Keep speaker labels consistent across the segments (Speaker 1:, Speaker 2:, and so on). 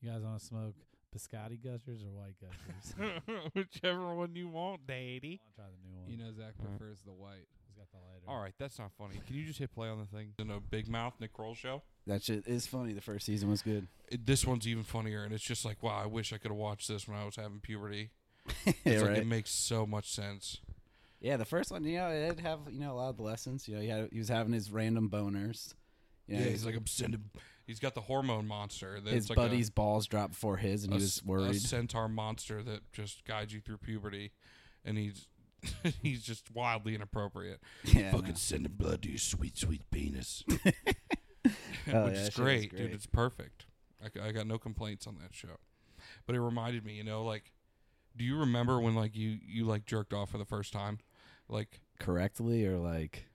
Speaker 1: You guys want to smoke biscotti gushers or white gushers? I
Speaker 2: Whichever one you want, daddy.
Speaker 1: want to try the new one.
Speaker 3: You know, Zach
Speaker 4: Uh-huh.
Speaker 2: All right.
Speaker 3: prefers the white.
Speaker 1: He's got the lighter.
Speaker 2: All right, that's not funny. Can you just hit play on the thing? In a Big Mouth Nick Kroll show.
Speaker 4: That shit is funny. The first season was good.
Speaker 2: It, this one's even funnier, and it's just like, wow, I wish I could have watched this when I was having puberty. It's
Speaker 4: yeah,
Speaker 2: like,
Speaker 4: right.
Speaker 2: It makes so much sense.
Speaker 4: yeah, the first one, you know, it did have you know a lot of the lessons. You know, he had he was having his random boners. You
Speaker 2: Yeah,
Speaker 4: know,
Speaker 2: he's like, I'm sending. He's got the hormone monster. That's
Speaker 4: his
Speaker 2: like
Speaker 4: buddy's
Speaker 2: a,
Speaker 4: balls dropped before his, and
Speaker 2: a
Speaker 4: he
Speaker 2: s-
Speaker 4: was worried.
Speaker 2: A centaur monster that just guides you through puberty, and he's he's just wildly inappropriate.
Speaker 4: yeah,
Speaker 2: Fucking sending blood to your sweet, sweet penis.
Speaker 4: no. Oh,
Speaker 2: which
Speaker 4: yeah,
Speaker 2: is
Speaker 4: that shit was
Speaker 2: great, dude. It's perfect. I, c- I got no complaints on that show, but it reminded me, you know, like, do you remember when like you you like jerked off for the first time, like
Speaker 4: correctly or like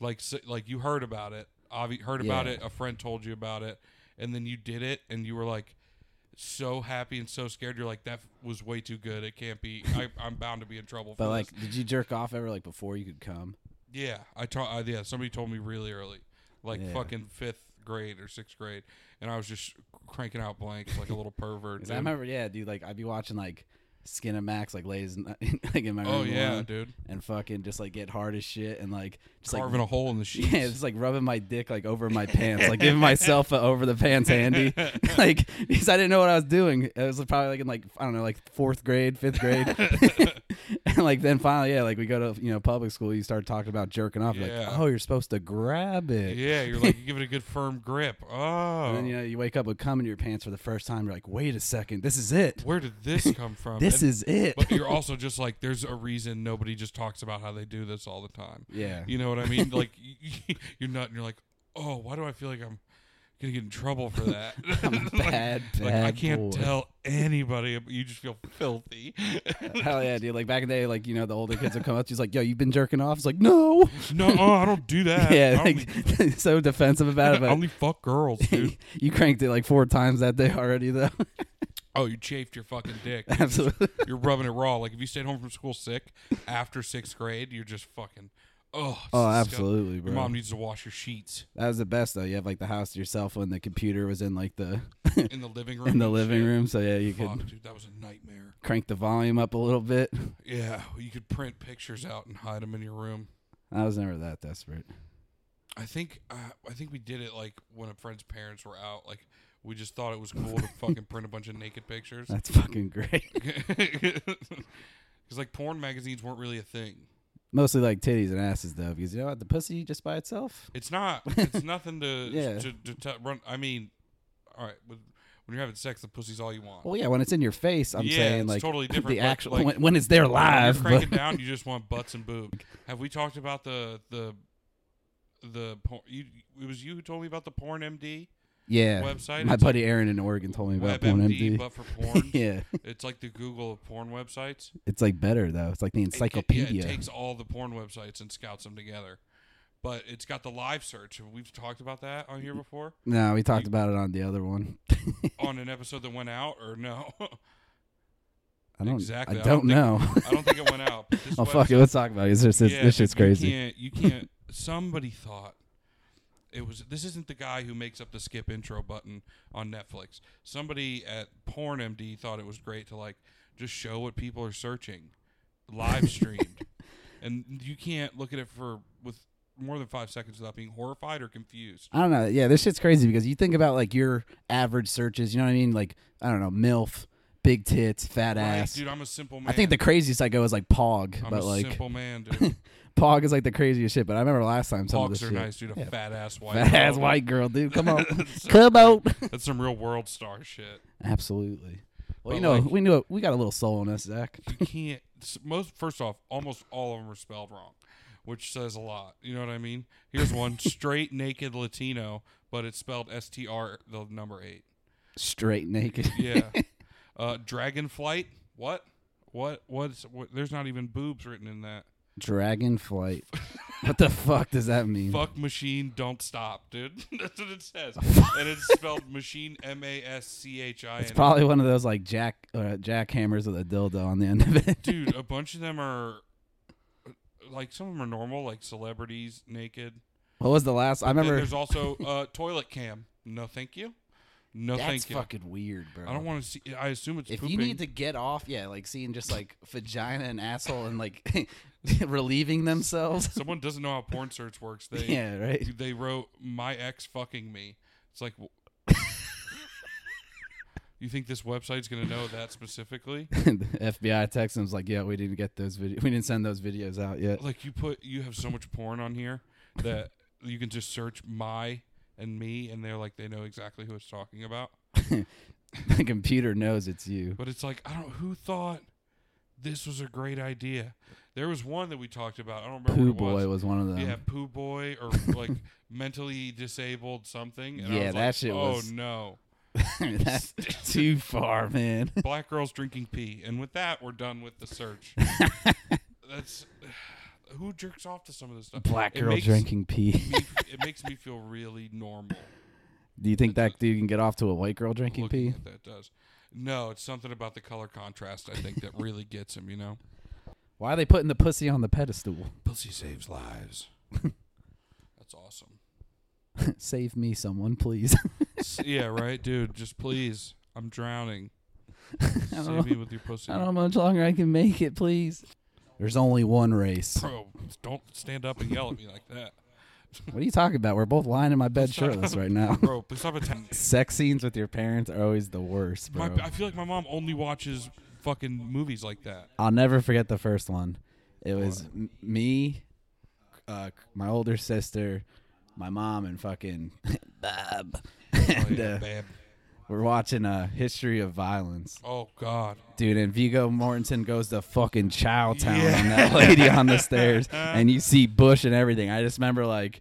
Speaker 2: like s like you heard about it, obvi- heard about
Speaker 4: Yeah.
Speaker 2: it, a friend told you about it, and then you did it, and you were like so happy and so scared. You're like, that was way too good. It can't be. I, I'm bound to be in trouble.
Speaker 4: But
Speaker 2: for
Speaker 4: like,
Speaker 2: this."
Speaker 4: did you jerk off ever like before you could come?
Speaker 2: Yeah, I taught. yeah, somebody told me really early, like
Speaker 4: Yeah.
Speaker 2: fucking fifth grade or sixth grade, and I was just cranking out blanks like a little pervert.
Speaker 4: 'Cause I
Speaker 2: dude.
Speaker 4: remember, yeah, dude. Like I'd be watching like Skin and Max like lays in, like in my room.
Speaker 2: oh yeah,
Speaker 4: alone,
Speaker 2: dude,
Speaker 4: and fucking just like get hard as shit and like just
Speaker 2: carving a hole in the
Speaker 4: like
Speaker 2: sheets.
Speaker 4: yeah, just like rubbing my dick like over my pants, like giving myself a over the pants handy, like because I didn't know what I was doing. It was probably like in like I don't know, like fourth grade, fifth grade, and like then finally, yeah, like we go to you know public school, you start talking about jerking off,
Speaker 2: Yeah.
Speaker 4: like oh, you're supposed to grab it,
Speaker 2: Yeah, you're like you give it a good firm grip. Oh,
Speaker 4: And then you know you wake up with cum in your pants for the first time. You're like, wait a second, this is it.
Speaker 2: where did this come from?
Speaker 4: This
Speaker 2: And-
Speaker 4: is it.
Speaker 2: but you're also just like, there's a reason nobody just talks about how they do this all the time.
Speaker 4: yeah.
Speaker 2: You know what I mean? Like y- you're not, and you're like, oh, why do I feel like I'm gonna get in trouble for that?
Speaker 4: I'm
Speaker 2: Like-
Speaker 4: bad, bad.
Speaker 2: like I can't
Speaker 4: boy.
Speaker 2: tell anybody. ab- You just feel filthy.
Speaker 4: Hell yeah, dude. Like back in the day, like, you know, the older kids would come up to you, it's like, yo, you've been jerking off? It's like, no.
Speaker 2: no, oh, I don't do that.
Speaker 4: yeah,
Speaker 2: I only,
Speaker 4: like, so defensive about it.
Speaker 2: I
Speaker 4: But
Speaker 2: only fuck girls, dude.
Speaker 4: you cranked it like four times that day already, though.
Speaker 2: oh, you chafed your fucking dick. You're, just-
Speaker 4: Absolutely.
Speaker 2: you're rubbing it raw. Like if you stayed home from school sick after sixth grade, you're just fucking. Oh, it's
Speaker 4: Oh,
Speaker 2: disgusting.
Speaker 4: absolutely,
Speaker 2: Your
Speaker 4: bro.
Speaker 2: mom needs to wash your sheets
Speaker 4: that was the best, though. You have like the house to yourself when the computer was in like the
Speaker 2: in the living room.
Speaker 4: in the
Speaker 2: and
Speaker 4: living
Speaker 2: shit.
Speaker 4: room. So yeah, you could
Speaker 2: Fuck, dude, that was a nightmare.
Speaker 4: crank the volume up a little bit.
Speaker 2: Yeah, you could print pictures out and hide them in your room.
Speaker 4: I was never that desperate.
Speaker 2: I think uh, I think we did it like when a friend's parents were out. Like we just thought it was cool to fucking print a bunch of naked pictures.
Speaker 4: That's fucking great.
Speaker 2: Because like porn magazines weren't really a thing.
Speaker 4: Mostly like titties and asses, though, because you know what? The pussy just by itself.
Speaker 2: It's not. It's nothing to
Speaker 4: Yeah.
Speaker 2: to, to, t- run. I mean, all right. With, when you're having sex, the pussy's all you want.
Speaker 4: Well, yeah, when it's in your face, I'm
Speaker 2: Yeah,
Speaker 4: saying
Speaker 2: it's
Speaker 4: like
Speaker 2: totally different,
Speaker 4: the
Speaker 2: but,
Speaker 4: actual
Speaker 2: like,
Speaker 4: when, when it's there live.
Speaker 2: When you're cranking
Speaker 4: but-
Speaker 2: down. You just want butts and boobs. Have we talked about the the the porn? You, it was you who told me about the porn MD
Speaker 4: yeah,
Speaker 2: website.
Speaker 4: my
Speaker 2: It's
Speaker 4: buddy Aaron in Oregon told me about
Speaker 2: like
Speaker 4: porn
Speaker 2: WebMD,
Speaker 4: MD.
Speaker 2: but for porn.
Speaker 4: yeah,
Speaker 2: It's like the Google of porn websites.
Speaker 4: it's like better though. It's like the
Speaker 2: It- it- yeah,
Speaker 4: encyclopedia.
Speaker 2: It, takes all the porn websites and scouts them together. But it's got the live search. We've talked about that on here before
Speaker 4: no, we talked
Speaker 2: you-
Speaker 4: about it on the other one.
Speaker 2: on an episode that went out, or no?
Speaker 4: I don't
Speaker 2: Exactly,
Speaker 4: I
Speaker 2: I
Speaker 4: don't,
Speaker 2: don't
Speaker 4: know.
Speaker 2: I don't think it went out. but this
Speaker 4: oh fuck it,
Speaker 2: website-
Speaker 4: let's talk about it. This, this,
Speaker 2: Yeah,
Speaker 4: this shit's
Speaker 2: you
Speaker 4: crazy.
Speaker 2: can't- You can't. Somebody thought it was. This isn't the guy who makes up the skip intro button on Netflix. Somebody at PornMD thought it was great to like just show what people are searching, live streamed, and you can't look at it for with more than five seconds without being horrified or confused.
Speaker 4: I don't know. Yeah, this shit's crazy because you think about like your average searches. You know what I mean? Like I don't know, milf, big tits, fat
Speaker 2: Like,
Speaker 4: ass.
Speaker 2: dude, I'm a simple man.
Speaker 4: I think the craziest I go is like pog,
Speaker 2: I'm
Speaker 4: but
Speaker 2: a
Speaker 4: like
Speaker 2: simple man, dude.
Speaker 4: pog is like the craziest shit. But I remember last time some of
Speaker 2: Pogs
Speaker 4: this
Speaker 2: are
Speaker 4: shit.
Speaker 2: nice, dude. A fat ass white.
Speaker 4: Fat ass
Speaker 2: girl.
Speaker 4: white girl, dude. Come on,
Speaker 2: That's-
Speaker 4: come out.
Speaker 2: That's some real world star shit.
Speaker 4: Absolutely. Well,
Speaker 2: But,
Speaker 4: you know,
Speaker 2: like-
Speaker 4: we knew it. we got a little soul in us, Zach.
Speaker 2: you can't s- most first off almost all of them are spelled wrong which says a lot you know what i mean here's one straight naked latino but it's spelled str the number eight
Speaker 4: Straight naked.
Speaker 2: yeah uh dragon flight what what what's what, there's not even boobs written in that
Speaker 4: Dragon flight. what the fuck does that mean?
Speaker 2: fuck machine don't stop dude that's what it says and it's spelled machine m-a-s-c-h-i
Speaker 4: It's probably one of those like jack uh, jackhammers with a dildo on the end of it.
Speaker 2: dude a bunch of them are like some of them are normal like celebrities naked
Speaker 4: What was the last? I
Speaker 2: Then
Speaker 4: remember.
Speaker 2: there's also uh, toilet cam. No, thank you. No,
Speaker 3: That's
Speaker 2: thank you.
Speaker 3: fucking weird, bro.
Speaker 2: I don't want to see. I assume it's
Speaker 3: If
Speaker 2: pooping.
Speaker 3: you need to get off, yeah, like seeing just like vagina and asshole and like relieving themselves.
Speaker 2: Someone doesn't know how porn search works. They
Speaker 4: yeah, right.
Speaker 2: they wrote my ex fucking me. It's like, w you think this website's gonna know that specifically?
Speaker 4: the FBI texts him, was like, "Yeah, we didn't get those video. We didn't send those videos out yet."
Speaker 2: Like you put you have so much porn on here that you can just search my and me, and they're like they know exactly who it's talking about.
Speaker 4: the computer knows it's you.
Speaker 2: But it's like I don't who thought this was a great idea. There was one that we talked about. I don't remember
Speaker 4: Pooh
Speaker 2: what it was.
Speaker 4: Boy was um, one of them.
Speaker 2: Yeah, poo boy or like mentally disabled something. And I
Speaker 3: Yeah,
Speaker 2: was
Speaker 3: that
Speaker 2: like,
Speaker 3: shit
Speaker 2: Oh
Speaker 3: was-
Speaker 2: no,
Speaker 4: That's too far, man.
Speaker 2: black girls drinking pee. And with that, we're done with the search. That's who jerks off to some of this stuff.
Speaker 4: Black
Speaker 2: It
Speaker 4: girl
Speaker 2: makes
Speaker 4: drinking pee.
Speaker 2: Me, it makes me feel really normal.
Speaker 4: Do you think that dude can get off to a white girl drinking
Speaker 2: looking
Speaker 4: pee?
Speaker 2: at that does. No, it's something about the color contrast. I think that really gets him. You know,
Speaker 4: Why are they putting the pussy on the pedestal?
Speaker 2: pussy saves lives. That's awesome.
Speaker 4: Save me, someone, please.
Speaker 2: S- yeah, right, dude. Just please, I'm drowning. Save me with your pussy.
Speaker 4: I don't know how much longer I can make it, please. There's only one race.
Speaker 2: Bro, don't stand up and yell at me like that.
Speaker 4: What are you talking about? We're both lying in my bed shirtless right now.
Speaker 2: Bro, please stop attacking.
Speaker 4: Sex scenes with your parents are always the worst,
Speaker 2: My,
Speaker 4: bro.
Speaker 2: I feel like my mom only watches fucking movies like that.
Speaker 4: I'll never forget the first one. It was m- me, uh, my older sister, my mom, and fucking Bob.
Speaker 2: Oh,
Speaker 4: and
Speaker 2: yeah,
Speaker 4: uh,
Speaker 2: babe.
Speaker 4: we're watching a history of violence,
Speaker 2: oh God.
Speaker 4: dude. And Vigo Mortensen goes to fucking Chowtown on that lady on the stairs, and you see Bush and everything. I just remember like.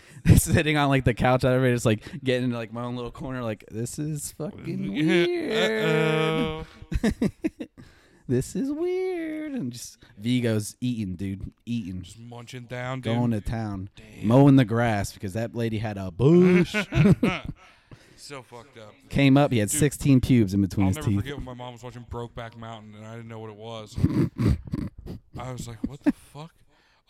Speaker 4: sitting on like the couch, I remember just like getting into like my own little corner, like this is fucking weird.
Speaker 2: Uh-oh.
Speaker 4: this is weird. And just Vigo's eating, dude, eating,
Speaker 2: Just munching down, dude.
Speaker 4: going to town, mowing the grass because that lady had a bush.
Speaker 2: so fucked up.
Speaker 4: Came up, he had
Speaker 2: Dude,
Speaker 4: 16 pubes in between
Speaker 2: I'll
Speaker 4: his
Speaker 2: never
Speaker 4: teeth.
Speaker 2: forget when my mom was watching Brokeback Mountain and I didn't know what it was. I was like, what the fuck?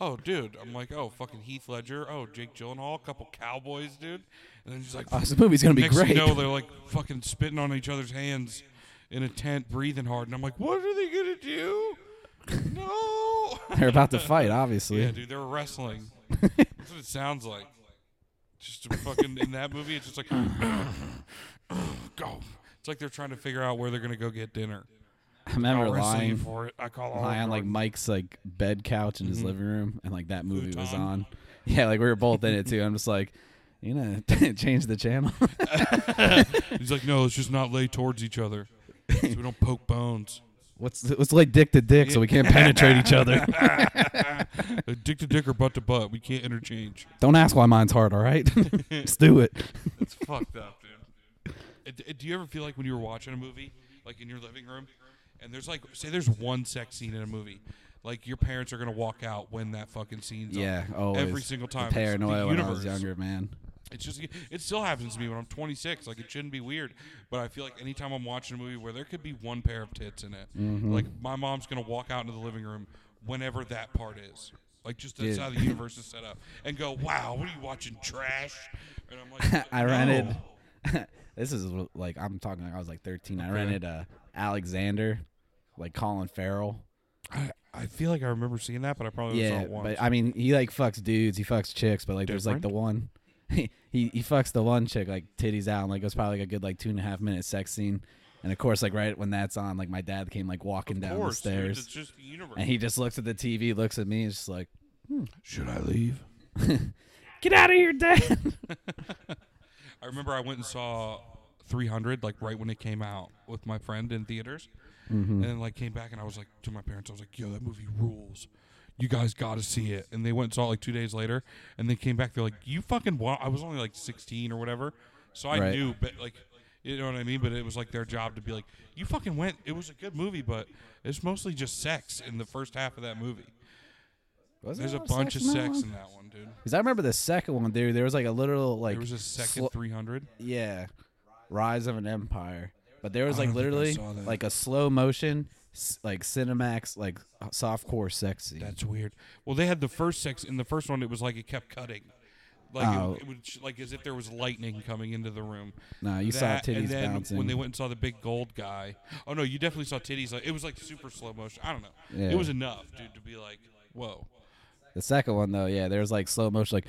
Speaker 2: Oh, dude. I'm like, oh, fucking Heath Ledger. Oh, Jake Gyllenhaal. A couple cowboys, dude. And then she's like,
Speaker 4: Oh, this movie's gonna be
Speaker 2: Next thing
Speaker 4: great.
Speaker 2: you know, they're like fucking spitting on each other's hands in a tent, breathing hard, and I'm like, "What are they gonna do?" No.
Speaker 4: They're about to fight, obviously.
Speaker 2: yeah, dude, they're wrestling. That's what it sounds like. Just a fucking in that movie, it's just like go. It's like they're trying to figure out where they're gonna go get dinner.
Speaker 4: I remember
Speaker 2: Call wrestling
Speaker 4: lying,
Speaker 2: for it. I call all Mm-hmm.
Speaker 4: lying on like Mike's like bed couch in his living room, and like that movie was
Speaker 2: Futon.
Speaker 4: on. Yeah, like we were both in it too. I'm just like, you know, change the channel.
Speaker 2: He's like, "No, let's just not lay towards each other, so we don't poke bones."
Speaker 4: What's let's lay dick to dick so we can't penetrate each other.
Speaker 2: Uh, Dick to dick or butt to butt, we can't interchange.
Speaker 4: Don't ask why mine's hard. All right, just do it.
Speaker 2: It's fucked up, dude. Uh, d- Do you ever feel like when you were watching a movie, like in your living room, and there's like, say, there's one sex scene in a movie, like your parents are gonna walk out when that fucking scene's
Speaker 4: Yeah,
Speaker 2: on.
Speaker 4: always.
Speaker 2: every single
Speaker 4: The
Speaker 2: time. It's
Speaker 4: paranoia
Speaker 2: the
Speaker 4: when I was
Speaker 2: universe.
Speaker 4: younger, man.
Speaker 2: It's just, it still happens to me when I'm 26. Like it shouldn't be weird, but I feel like anytime I'm watching a movie where there could be one pair of tits in it,
Speaker 4: Mm-hmm.
Speaker 2: like my mom's gonna walk out into the living room whenever that part is. Like just that's
Speaker 4: Dude.
Speaker 2: how the universe is set up, and go, wow, what are you watching, trash? And I'm like,
Speaker 4: I
Speaker 2: "No."
Speaker 4: rented. this is like I'm talking. Like I was like 13. I rented uh, Alexander, like Colin Farrell.
Speaker 2: I, I feel like I remember seeing that, but I probably only saw
Speaker 4: Yeah,
Speaker 2: it once.
Speaker 4: but I mean, he like fucks dudes. He fucks chicks, but like there's like the one. He, he he fucks the one chick like titties out and like it was probably like a good like two and a half minute sex scene, and of course like right when that's on like my dad came like walking
Speaker 2: of
Speaker 4: down
Speaker 2: course,
Speaker 4: the
Speaker 2: dude,
Speaker 4: stairs
Speaker 2: it's just the universe.
Speaker 4: and he just looks at the TV, looks at me, and just like
Speaker 2: Should I leave?
Speaker 4: get out of here, dad.
Speaker 2: I remember I went and saw 300 like right when it came out with my friend in theaters,
Speaker 4: Mm-hmm.
Speaker 2: and then like came back and I was like to my parents, I was like, "Yo, that movie rules." You guys got to see it, and they went and saw it like two days later, and they came back. They're like, "You fucking wa-. I was only like 16 or whatever, so I
Speaker 4: Right.
Speaker 2: knew, but like, you know what I mean. But it was like their job to be like, "You fucking went. It was a good movie, but it's mostly just sex in the first half of that movie."
Speaker 4: Was there
Speaker 2: There's a
Speaker 4: lot
Speaker 2: bunch of
Speaker 4: in that
Speaker 2: sex
Speaker 4: one?
Speaker 2: in that one, dude.
Speaker 4: Because I remember the second one, dude. There was like a literal like
Speaker 2: There was a second
Speaker 4: slo-
Speaker 2: 300.
Speaker 4: yeah, Rise of an Empire. But there was
Speaker 2: I
Speaker 4: like
Speaker 2: don't think I
Speaker 4: literally
Speaker 2: saw that.
Speaker 4: like a slow motion, s- like Cinemax, like softcore sex scene.
Speaker 2: That's weird. Well, they had the first sex in the first one. It was like it kept cutting. Like it-
Speaker 4: Oh.
Speaker 2: it, would sh- like as if there was lightning coming into the room.
Speaker 4: Nah, you saw
Speaker 2: That,
Speaker 4: titties
Speaker 2: and then
Speaker 4: bouncing.
Speaker 2: when they went and saw the big gold guy. Oh no, you definitely saw titties. Like it was like super slow motion. I don't know.
Speaker 4: Yeah.
Speaker 2: It was enough, dude, to be like, whoa.
Speaker 4: the second one though, yeah, there was like slow motion, like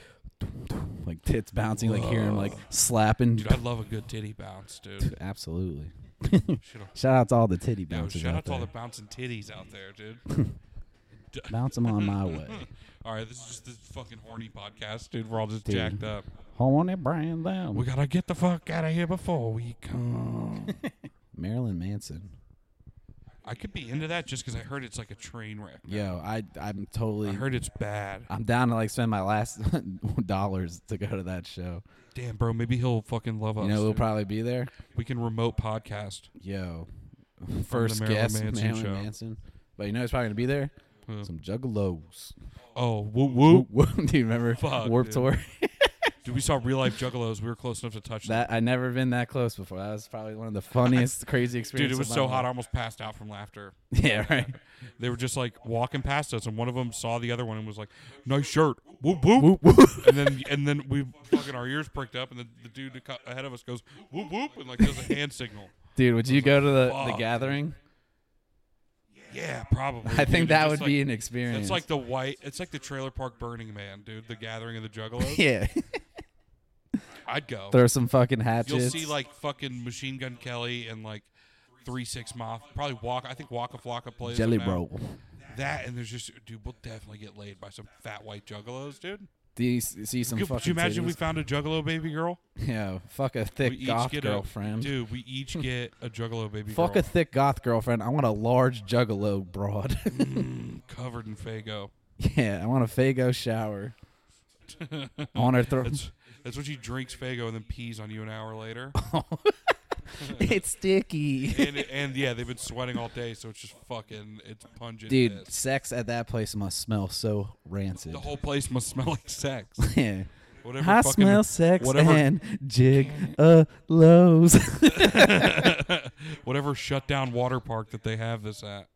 Speaker 4: like tits bouncing, like hearing 'em, like slapping.
Speaker 2: Dude, I love a good titty bounce, dude.
Speaker 4: Absolutely.
Speaker 2: Should've-
Speaker 4: Shout out to all the titty
Speaker 2: Yo,
Speaker 4: bouncers
Speaker 2: shout
Speaker 4: out
Speaker 2: out to all
Speaker 4: there.
Speaker 2: the bouncing titties out there, dude.
Speaker 4: Bounce them on my way.
Speaker 2: all right, this is just this fucking horny podcast, dude. We're all just
Speaker 4: Dude.
Speaker 2: jacked up.
Speaker 4: Horny Brian down.
Speaker 2: We gotta get the fuck out of here before we come.
Speaker 4: Marilyn Manson.
Speaker 2: I could be into that just because I heard it's like a train wreck.
Speaker 4: Yo, I I'm
Speaker 2: I
Speaker 4: totally.
Speaker 2: heard it's bad.
Speaker 4: I'm down to like spend my last dollars to go to that show.
Speaker 2: Damn, bro. Maybe he'll fucking love us.
Speaker 4: You know, we'll
Speaker 2: dude.
Speaker 4: probably be there.
Speaker 2: we can remote podcast.
Speaker 4: Yo, first
Speaker 2: Marilyn
Speaker 4: guest
Speaker 2: Manson
Speaker 4: Marilyn
Speaker 2: show.
Speaker 4: Manson. But you know, it's probably gonna be there.
Speaker 2: Who?
Speaker 4: Some juggalos.
Speaker 2: Oh, whoop
Speaker 4: Whoop,
Speaker 2: whoop.
Speaker 4: whoop. Do you remember
Speaker 2: Fuck,
Speaker 4: Warp
Speaker 2: dude.
Speaker 4: Tour?
Speaker 2: Dude, we saw real life juggalos. We were close enough to touch them.
Speaker 4: That I never been that close before. That was probably one of the funniest, crazy
Speaker 2: Dude,
Speaker 4: experiences.
Speaker 2: it was
Speaker 4: of my
Speaker 2: so hot. I
Speaker 4: life.
Speaker 2: almost passed out from laughter.
Speaker 4: Yeah, right.
Speaker 2: They were just like walking past us, and one of them saw the other one and was like, "Nice shirt." Whoop whoop.
Speaker 4: Whoop, whoop.
Speaker 2: And then and then we fucking our ears pricked up, and the, the dude aco- ahead of us goes whoop whoop, and like does a hand signal.
Speaker 4: Dude, would you go to the, the
Speaker 2: fuck.
Speaker 4: gathering?
Speaker 2: Yeah, probably.
Speaker 4: I think
Speaker 2: dude. It's
Speaker 4: that
Speaker 2: just
Speaker 4: would
Speaker 2: like-
Speaker 4: be an experience.
Speaker 2: It's like the white. It's like the trailer park Burning Man, dude. The Gathering of the Juggalos.
Speaker 4: yeah.
Speaker 2: I'd go.
Speaker 4: Throw some fucking hatchets.
Speaker 2: You'll see like fucking Machine Gun Kelly and like Three Six Moth. Probably Walk. I think Waka Flocka plays
Speaker 4: Jelly
Speaker 2: them now.
Speaker 4: Roll.
Speaker 2: That and there's just dude. We'll definitely get laid by some fat white juggalos, dude.
Speaker 4: Do you s- see some
Speaker 2: Could,
Speaker 4: fucking
Speaker 2: could you imagine
Speaker 4: titties?
Speaker 2: we found a juggalo baby girl?
Speaker 4: Yeah, fuck a
Speaker 2: we
Speaker 4: thick goth
Speaker 2: a
Speaker 4: girlfriend.
Speaker 2: dude. We each get a juggalo baby
Speaker 4: Fuck a
Speaker 2: girl
Speaker 4: thick goth girlfriend. I want a large juggalo broad.
Speaker 2: covered in Fago.
Speaker 4: yeah, I want a Fago shower. I want her throw.
Speaker 2: That's that's when she drinks Fago and then pees on you an hour later.
Speaker 4: it's sticky.
Speaker 2: and, and yeah, they've been sweating all day, so it's just fucking it's pungent.
Speaker 4: Dude,
Speaker 2: piss.
Speaker 4: sex at that place must smell so rancid.
Speaker 2: the whole place must smell like sex.
Speaker 4: Yeah.
Speaker 2: Whatever.
Speaker 4: I
Speaker 2: fucking-
Speaker 4: smell sex
Speaker 2: whatever-
Speaker 4: and jiggalos.
Speaker 2: whatever shut down water park that they have this at.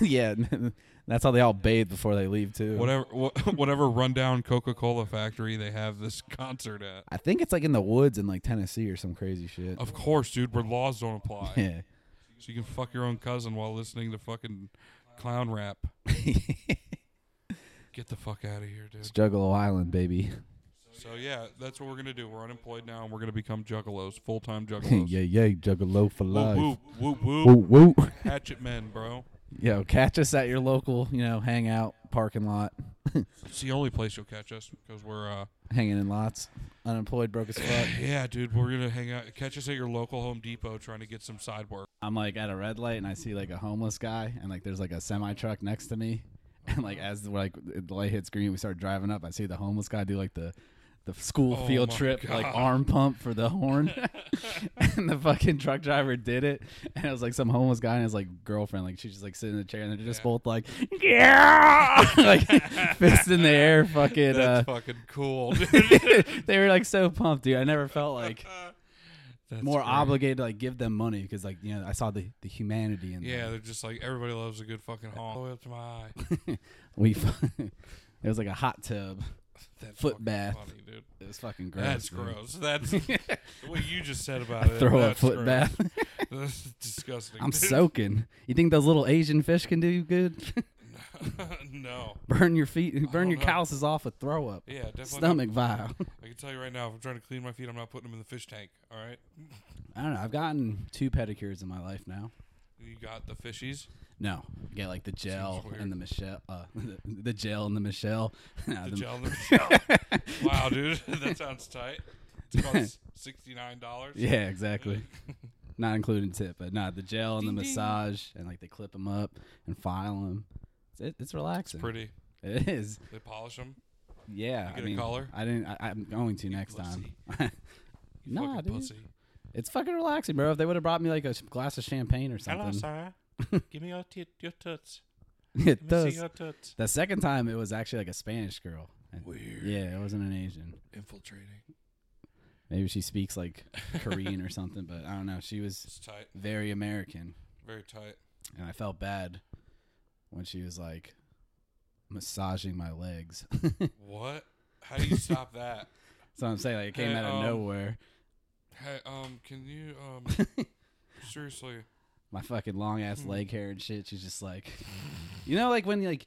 Speaker 4: yeah, that's how they all bathe before they leave too.
Speaker 2: Whatever wh- whatever rundown Coca Cola factory they have this concert at.
Speaker 4: I think it's like in the woods in like Tennessee or some crazy shit.
Speaker 2: Of course, dude, where laws don't apply.
Speaker 4: Yeah.
Speaker 2: So you can fuck your own cousin while listening to fucking clown rap. Get the fuck out of here, dude.
Speaker 4: It's Juggalo Island, baby.
Speaker 2: So yeah, that's what we're gonna do. We're unemployed now, and we're gonna become juggalos, full time juggalos.
Speaker 4: yeah, yeah, Juggalo for life.
Speaker 2: Whoop whoop whoop whoop.
Speaker 4: Woo woo.
Speaker 2: Hatchet men, bro.
Speaker 4: Yo, catch us at your local, you know, hangout parking lot,
Speaker 2: It's the only place you'll catch us because we're uh
Speaker 4: hanging in lots, unemployed, broke as fuck.
Speaker 2: yeah, dude. We're gonna hang out. Catch us at your local Home Depot trying to get some side work.
Speaker 4: I'm like at a red light and I see like a homeless guy and like there's like a semi truck next to me and like as the, like the light hits green we start driving up I see the homeless guy do like the the school
Speaker 2: Oh
Speaker 4: field
Speaker 2: my
Speaker 4: trip like
Speaker 2: God.
Speaker 4: arm pump for the horn and the fucking truck driver did it and it was like some homeless guy and his like girlfriend like she's just like sitting in a chair and they're just both like yeah like fist in the air fucking uh,
Speaker 2: That's fucking cool. Dude.
Speaker 4: they were like so pumped dude I never felt like
Speaker 2: That's
Speaker 4: more
Speaker 2: great.
Speaker 4: obligated to like give them money because like you know I saw the the humanity in them.
Speaker 2: Yeah, they're just like everybody loves a good fucking honk. All the way up to my eye.
Speaker 4: We, f- it was like a hot tub.
Speaker 2: That's
Speaker 4: Foot
Speaker 2: fucking
Speaker 4: bath.
Speaker 2: funny, dude.
Speaker 4: It was fucking gross.
Speaker 2: That's
Speaker 4: dude.
Speaker 2: gross. That's what you just said about
Speaker 4: I
Speaker 2: it.
Speaker 4: throw a
Speaker 2: that's
Speaker 4: foot
Speaker 2: gross.
Speaker 4: bath.
Speaker 2: That's disgusting.
Speaker 4: I'm
Speaker 2: dude.
Speaker 4: soaking. You think those little Asian fish can do you good?
Speaker 2: no.
Speaker 4: burn your feet, burn
Speaker 2: don't
Speaker 4: your
Speaker 2: know.
Speaker 4: calluses off with throw up.
Speaker 2: Yeah, definitely.
Speaker 4: Stomach vial.
Speaker 2: I can tell you right now, if I'm trying to clean my feet, I'm not putting them in the fish tank. All right.
Speaker 4: I don't know. I've gotten two pedicures in my life now.
Speaker 2: You got the fishies.
Speaker 4: No, I get like the gel
Speaker 2: weird.
Speaker 4: and the Michelle, uh, the, the gel and the Michelle. No,
Speaker 2: The
Speaker 4: the-
Speaker 2: gel. and the- wow, dude, that sounds tight. It's cost sixty nine dollars.
Speaker 4: Yeah, exactly. Not including tip, but not the gel and the
Speaker 2: Ding, ding.
Speaker 4: massage, and like they clip them up and file them. It, it's relaxing.
Speaker 2: Pretty.
Speaker 4: it is.
Speaker 2: They polish them.
Speaker 4: Yeah,
Speaker 2: get
Speaker 4: I
Speaker 2: a
Speaker 4: mean,
Speaker 2: collar?
Speaker 4: I didn't. I, I'm going to next
Speaker 2: pussy.
Speaker 4: time. nah, dude,
Speaker 2: pussy.
Speaker 4: it's fucking relaxing, bro. If they would have brought me like a sh- glass of champagne or something,
Speaker 2: Sarah. Give me your t- your toots.
Speaker 4: it does.
Speaker 2: toots.
Speaker 4: The second time, it was actually like a Spanish girl. And-
Speaker 2: Weird.
Speaker 4: Yeah, it wasn't an Asian.
Speaker 2: Infiltrating.
Speaker 4: Maybe she speaks like Korean or something, but I don't know. She was
Speaker 2: It's tight.
Speaker 4: very American,
Speaker 2: Very tight.
Speaker 4: and I felt bad when she was like massaging my legs.
Speaker 2: What? How do you stop that?
Speaker 4: So I'm saying like it came
Speaker 2: Hey,
Speaker 4: out of
Speaker 2: um,
Speaker 4: nowhere.
Speaker 2: Hey, um, can you um, seriously?
Speaker 4: My fucking long ass
Speaker 2: Hmm.
Speaker 4: leg hair and shit. She's just like, you know, like when you like.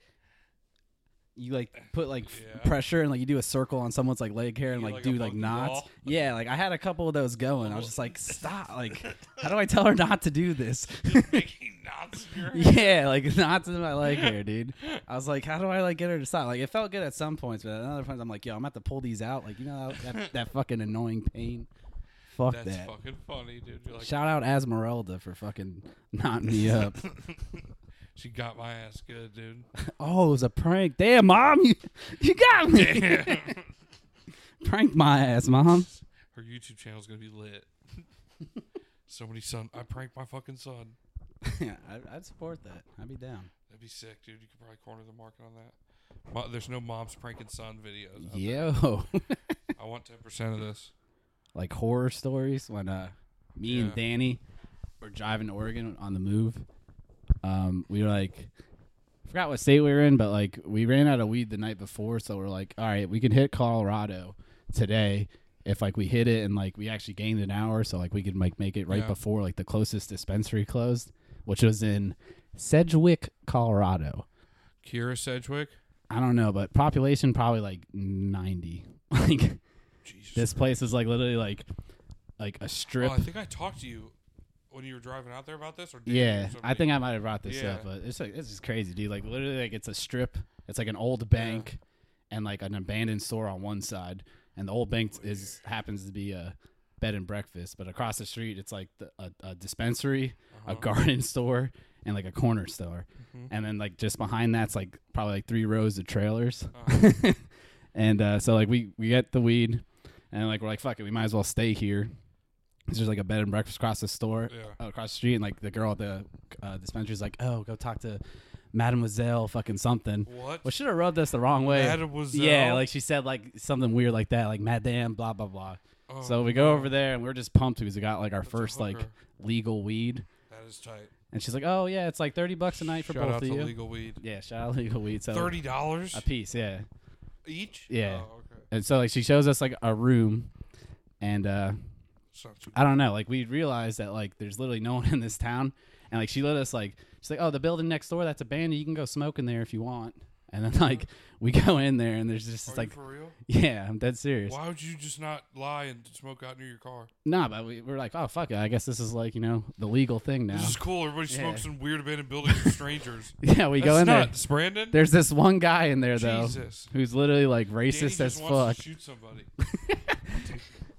Speaker 4: You like put like f-
Speaker 2: Yeah.
Speaker 4: pressure and like you do a circle on someone's like leg hair and
Speaker 2: You
Speaker 4: like,
Speaker 2: like a
Speaker 4: do like
Speaker 2: fucking
Speaker 4: knots.
Speaker 2: wall.
Speaker 4: Yeah, like I had a couple of those going. I was just like, stop! Like, how do I tell her not to do this?
Speaker 2: Just making knots in your head.
Speaker 4: yeah, like knots in my leg hair, dude. I was like, how do I like get her to stop? Like, it felt good at some points, but at other points, I'm like, yo, I'm about to pull these out. Like, you know that that, that fucking annoying pain. Fuck
Speaker 2: That's
Speaker 4: that.
Speaker 2: fucking funny, dude. You're like,
Speaker 4: Shout out Esmeralda for fucking knotting me up.
Speaker 2: she got my ass good, dude.
Speaker 4: oh, it was a prank. Damn, mom, you you got me. prank my ass, mom.
Speaker 2: Her YouTube channel's gonna be lit. Somebody, son, I pranked my fucking son.
Speaker 4: yeah, I, I'd support that. I'd be down.
Speaker 2: That'd be sick, dude. You could probably corner the market on that. Mo- there's no moms pranking son videos. out there.
Speaker 4: Yo,
Speaker 2: I want ten percent of this.
Speaker 4: like horror stories when uh me
Speaker 2: Yeah.
Speaker 4: and Danny were driving to Oregon on the move. Um, we were like forgot what state we were in, but like we ran out of weed the night before, so we're like, all right, we can hit Colorado today if like we hit it and like we actually gained an hour, so like we could like make it right
Speaker 2: Yeah.
Speaker 4: before like the closest dispensary closed, which was in Sedgwick, Colorado.
Speaker 2: Kira Sedgwick.
Speaker 4: I don't know, but population probably like ninety. Like
Speaker 2: Jesus.
Speaker 4: this place is like literally like like a
Speaker 2: Oh,
Speaker 4: strip
Speaker 2: I think I talked to you when you were driving out there about this, or Dan or
Speaker 4: Yeah, I
Speaker 2: somebody.
Speaker 4: think I might have brought this
Speaker 2: Yeah.
Speaker 4: up, but it's like this is crazy, dude. Like literally, like it's a strip. It's like an old bank and like an abandoned store on one side, and the old bank is happens to be a bed and breakfast, but across the street it's like the, a, a dispensary, a
Speaker 2: Uh-huh.
Speaker 4: garden store, and like a corner store,
Speaker 2: Mm-hmm.
Speaker 4: and then like just behind that's like probably like three rows of trailers,
Speaker 2: Uh-huh.
Speaker 4: and uh, so like we we get the weed, and like we're like fuck it, we might as well stay here. 'Cause There's like a bed and breakfast across the store,
Speaker 2: Yeah.
Speaker 4: uh, across the street, and like the girl at the uh, dispensary's like, "Oh, go talk to Mademoiselle, fucking something."
Speaker 2: What? uh,
Speaker 4: Well, should have rubbed us the wrong way.
Speaker 2: Mademoiselle?
Speaker 4: Yeah, like she said like something weird like that, like Madame, blah blah blah.
Speaker 2: Oh,
Speaker 4: so we go over there and we're just pumped because we got like our
Speaker 2: a
Speaker 4: first like
Speaker 2: hooker.
Speaker 4: legal weed,
Speaker 2: that is tight.
Speaker 4: and she's like, "Oh yeah, it's like thirty bucks a night for
Speaker 2: Shout
Speaker 4: both
Speaker 2: out
Speaker 4: of
Speaker 2: to
Speaker 4: you."
Speaker 2: legal weed.
Speaker 4: Yeah, shout out legal weed. So
Speaker 2: Thirty dollars
Speaker 4: a piece, yeah.
Speaker 2: each.
Speaker 4: yeah.
Speaker 2: Oh, okay.
Speaker 4: And so like she shows us like a room, and uh
Speaker 2: It's not too
Speaker 4: I don't know. Like we realized that like there's literally no one in this town, and like she let us like she's like, oh, the building next door that's abandoned. You can go smoke in there if you want. And then like we go in there and there's just
Speaker 2: Are
Speaker 4: this,
Speaker 2: you
Speaker 4: like,
Speaker 2: for real?
Speaker 4: yeah, I'm dead serious.
Speaker 2: Why would you just not lie and smoke out near your car?
Speaker 4: Nah, but we we're like, oh fuck, it. I guess this is like you know the legal thing now.
Speaker 2: This is cool. Everybody smokes in weird abandoned buildings with strangers.
Speaker 4: yeah, we
Speaker 2: That's
Speaker 4: go in
Speaker 2: nuts, Brandon.
Speaker 4: there. There's this one guy in there though
Speaker 2: Jesus.
Speaker 4: who's literally like
Speaker 2: Danny
Speaker 4: racist
Speaker 2: just
Speaker 4: as
Speaker 2: wants
Speaker 4: fuck.
Speaker 2: to shoot somebody.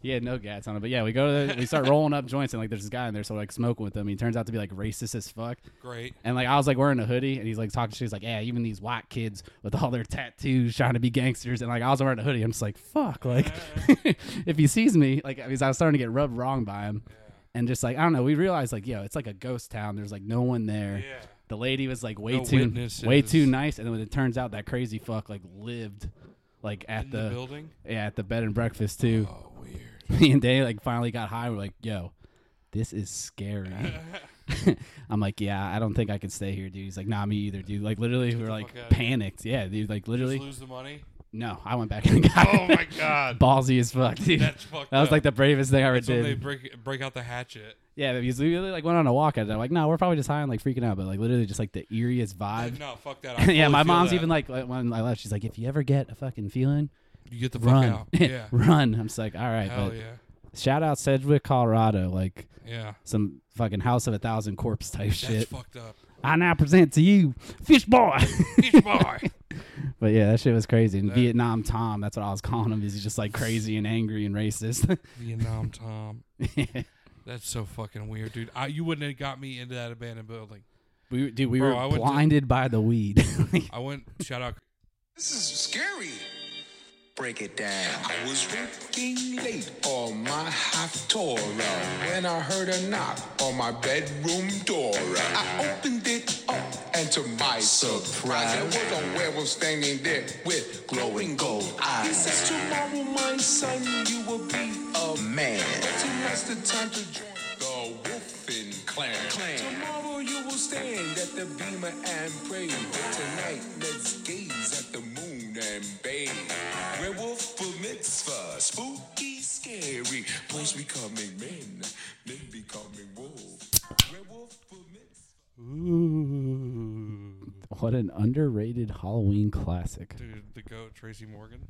Speaker 4: Yeah, no gats on it. But yeah, we go to the, we start rolling up joints and like there's this guy in there, so we're, like smoking with him. He turns out to be like racist as fuck.
Speaker 2: Great.
Speaker 4: And like I was like wearing a hoodie, and he's like talking. She's like, "Yeah, even these white kids with all their tattoos trying to be gangsters." And like I was wearing a hoodie, I'm just like, "Fuck!" Like if he sees me, like because I was starting to get rubbed wrong by him, and just like I don't know, we realized like, yo, it's like a ghost town. There's like no one there.
Speaker 2: Yeah.
Speaker 4: The lady was like way
Speaker 2: No
Speaker 4: too
Speaker 2: witnesses.
Speaker 4: way too nice, and then when it turns out that crazy fuck like lived like at
Speaker 2: In
Speaker 4: the,
Speaker 2: the, building.
Speaker 4: yeah at the bed and breakfast too.
Speaker 2: Oh, weird.
Speaker 4: Me and Danny like finally got high. We're like, yo, this is scary. I'm like, yeah, I don't think I could stay here, dude. He's like, nah, me either, dude. Like literally, we were
Speaker 2: the
Speaker 4: like
Speaker 2: fuck outta here.
Speaker 4: panicked. Yeah, dude. Like
Speaker 2: Just
Speaker 4: literally,
Speaker 2: lose the money.
Speaker 4: no. I went back and got
Speaker 2: Oh
Speaker 4: it.
Speaker 2: my god.
Speaker 4: ballsy as fuck, dude.
Speaker 2: That's fucked
Speaker 4: that was
Speaker 2: up.
Speaker 4: like the bravest thing I ever
Speaker 2: That's when
Speaker 4: did.
Speaker 2: they break break out the hatchet.
Speaker 4: yeah, because we really like went on a walk at it. I'm like, no, we're probably just high and like freaking out, but like literally just like the eeriest vibe.
Speaker 2: No, fuck that. I
Speaker 4: yeah,
Speaker 2: totally
Speaker 4: my
Speaker 2: feel
Speaker 4: mom's
Speaker 2: that.
Speaker 4: even like like, when I left, she's like, if you ever get a fucking feeling,
Speaker 2: You get the fuck
Speaker 4: run,
Speaker 2: out. Yeah.
Speaker 4: run. I'm just like, all right,
Speaker 2: Hell
Speaker 4: but
Speaker 2: yeah.
Speaker 4: shout out Sedgwick, Colorado, like
Speaker 2: Yeah.
Speaker 4: some fucking House of a Thousand Corpse type
Speaker 2: That's
Speaker 4: shit.
Speaker 2: fucked up.
Speaker 4: I now present to you, Fish Boy.
Speaker 2: Beach boy.
Speaker 4: But yeah, that shit was crazy. And
Speaker 2: That-
Speaker 4: Vietnam Tom, that's what I was calling him. Is he just like crazy and angry and racist?
Speaker 2: Vietnam Tom. That's so fucking weird, dude. I, you wouldn't have got me into that abandoned building.
Speaker 4: we, dude, we
Speaker 2: Bro, I
Speaker 4: were
Speaker 2: went to-
Speaker 4: blinded by the weed.
Speaker 2: I went. Shout out.
Speaker 5: This is scary. Break it down. I was working late on my half Torah when I heard a knock on my bedroom door. I opened it up, and to my surprise, there was a werewolf standing there with glowing gold eyes. He says, "Tomorrow, my son, you will be a man. But tonight's the time to join the Wolfen clan. Tomorrow, you will stand at the beamer and pray. But tonight, let's gaze at the moon and bathe. Werewolf for mitzvah, spook scary. Boys becoming men, men becoming wolves. Werewolf will mix.
Speaker 2: Ooh.
Speaker 4: What an underrated Halloween classic.
Speaker 2: Dude, the goat, Tracy Morgan.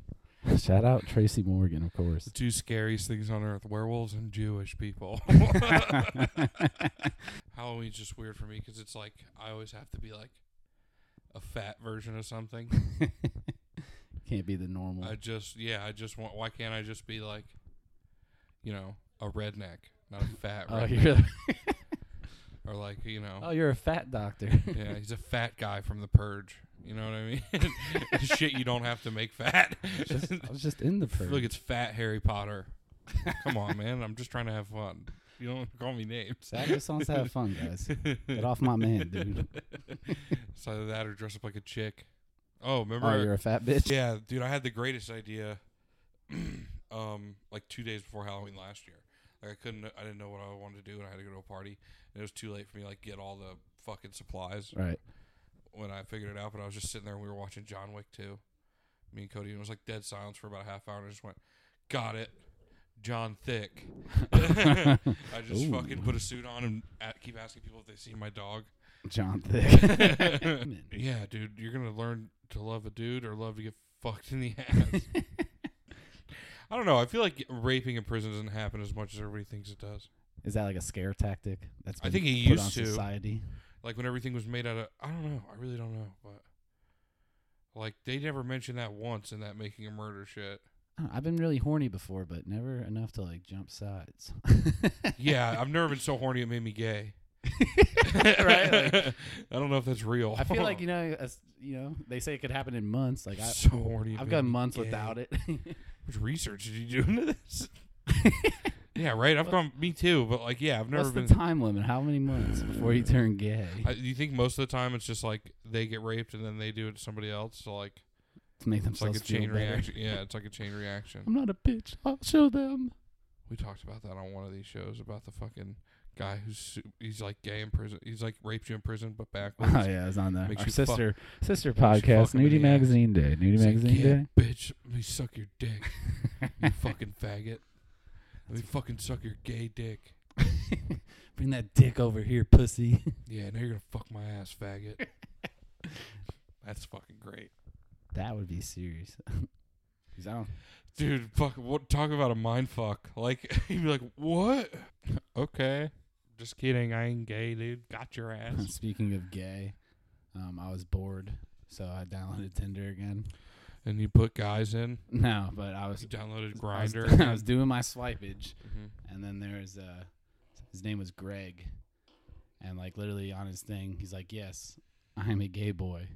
Speaker 4: Shout out Tracy Morgan, of course.
Speaker 2: The two scariest things on earth werewolves and Jewish people. Halloween's just weird for me because it's like I always have to be like a fat version of something.
Speaker 4: Mm-hmm. Can't be the normal.
Speaker 2: I just, yeah, I just want, why can't I just be like, you know, a redneck, not a fat
Speaker 4: oh,
Speaker 2: redneck?
Speaker 4: you're
Speaker 2: or like, you know.
Speaker 4: oh, you're a fat doctor.
Speaker 2: Yeah, he's a fat guy from The Purge. You know what I mean? Shit, you don't have to make fat.
Speaker 4: Just- I was just in the purge.
Speaker 2: Look, it's fat Harry Potter. Come on, man. I'm just trying to have fun. You don't have to call me names.
Speaker 4: Saturday songs to have fun, guys. Get off my man, dude.
Speaker 2: It's either that or dress up like a chick. Oh, remember?
Speaker 4: Oh, you're a fat bitch.
Speaker 2: yeah, dude, I had the greatest idea. um, like two days before Halloween last year. Like I couldn't, I didn't know what I wanted to do, and I had to go to a party, and it was too late for me to like get all the fucking supplies.
Speaker 4: Right.
Speaker 2: when I figured it out, but I was just sitting there and we were watching John Wick 2. Me and Cody, and it was like dead silence for about a half hour. And I just went, Got it. John Thick. I just fucking put a suit on and a keep asking people if they see my dog.
Speaker 4: John Thick.
Speaker 2: yeah, dude, you're going to learn to love a dude or love to get fucked in the ass. I don't know. I feel like raping in prison doesn't happen as much as everybody thinks it does.
Speaker 4: Is that like a scare tactic? That's
Speaker 2: I
Speaker 4: been
Speaker 2: think he
Speaker 4: put
Speaker 2: used
Speaker 4: on
Speaker 2: to.
Speaker 4: society.
Speaker 2: like when everything was made out of I don't know, I really don't know, but like they never mentioned that once in that making a murder shit.
Speaker 4: I don't know, I've been really horny before, but never enough to like jump sides.
Speaker 2: Yeah, I've never been so horny it made me gay.
Speaker 4: Right,
Speaker 2: I don't know if that's real.
Speaker 4: I feel like you know, as, you know, they say it could happen in months. Like I,
Speaker 2: so horny. it
Speaker 4: I've
Speaker 2: made
Speaker 4: gone
Speaker 2: me
Speaker 4: months
Speaker 2: gay.
Speaker 4: without it.
Speaker 2: Which research did you do into this? yeah, right. I've gone. Me too. But like, yeah, I've never
Speaker 4: What's the
Speaker 2: been.
Speaker 4: time limit? How many months before you turn gay?
Speaker 2: I, you think most of the time it's just like they get raped and then they do it to somebody else? So like,
Speaker 4: to make
Speaker 2: it's like
Speaker 4: themselves
Speaker 2: a chain
Speaker 4: feel better. Um,
Speaker 2: reaction. Yeah, it's like a chain reaction.
Speaker 4: I'm not a bitch. I'll show them.
Speaker 2: We talked about that on one of these shows about the fucking guy who's su- he's like gay in prison. He's like raped you in prison, but
Speaker 4: Oh
Speaker 2: backwards.
Speaker 4: yeah, it's on there.
Speaker 2: Makes
Speaker 4: Our
Speaker 2: you fuck-
Speaker 4: sister sister
Speaker 2: makes you fuck
Speaker 4: podcast,
Speaker 2: 'em in the
Speaker 4: Nudie
Speaker 2: ass.
Speaker 4: Magazine Day, Nudie
Speaker 2: He's like,
Speaker 4: Magazine
Speaker 2: "Yeah,
Speaker 4: Day.
Speaker 2: bitch. Let me suck your dick, you fucking faggot. Let me fucking suck your gay dick.
Speaker 4: Bring that dick over here, pussy.
Speaker 2: Yeah, now you're gonna fuck my ass, faggot. That's fucking great,
Speaker 4: that would be serious. 'Cause I don't.
Speaker 2: dude. Fuck. What? Talk about a mind fuck. Like you'd be like, what? Okay. Just kidding. I ain't gay, dude. Got your ass.
Speaker 4: Speaking of gay, um, I was bored, so I downloaded Tinder again.
Speaker 2: and you put guys in.
Speaker 4: No, but I was
Speaker 2: You downloaded
Speaker 4: I was-
Speaker 2: Grinder.
Speaker 4: I was doing my swipage,
Speaker 2: Mhm.
Speaker 4: and then there's uh, his name was Greg, and like literally on his thing, he's like, "Yes, I am a gay boy,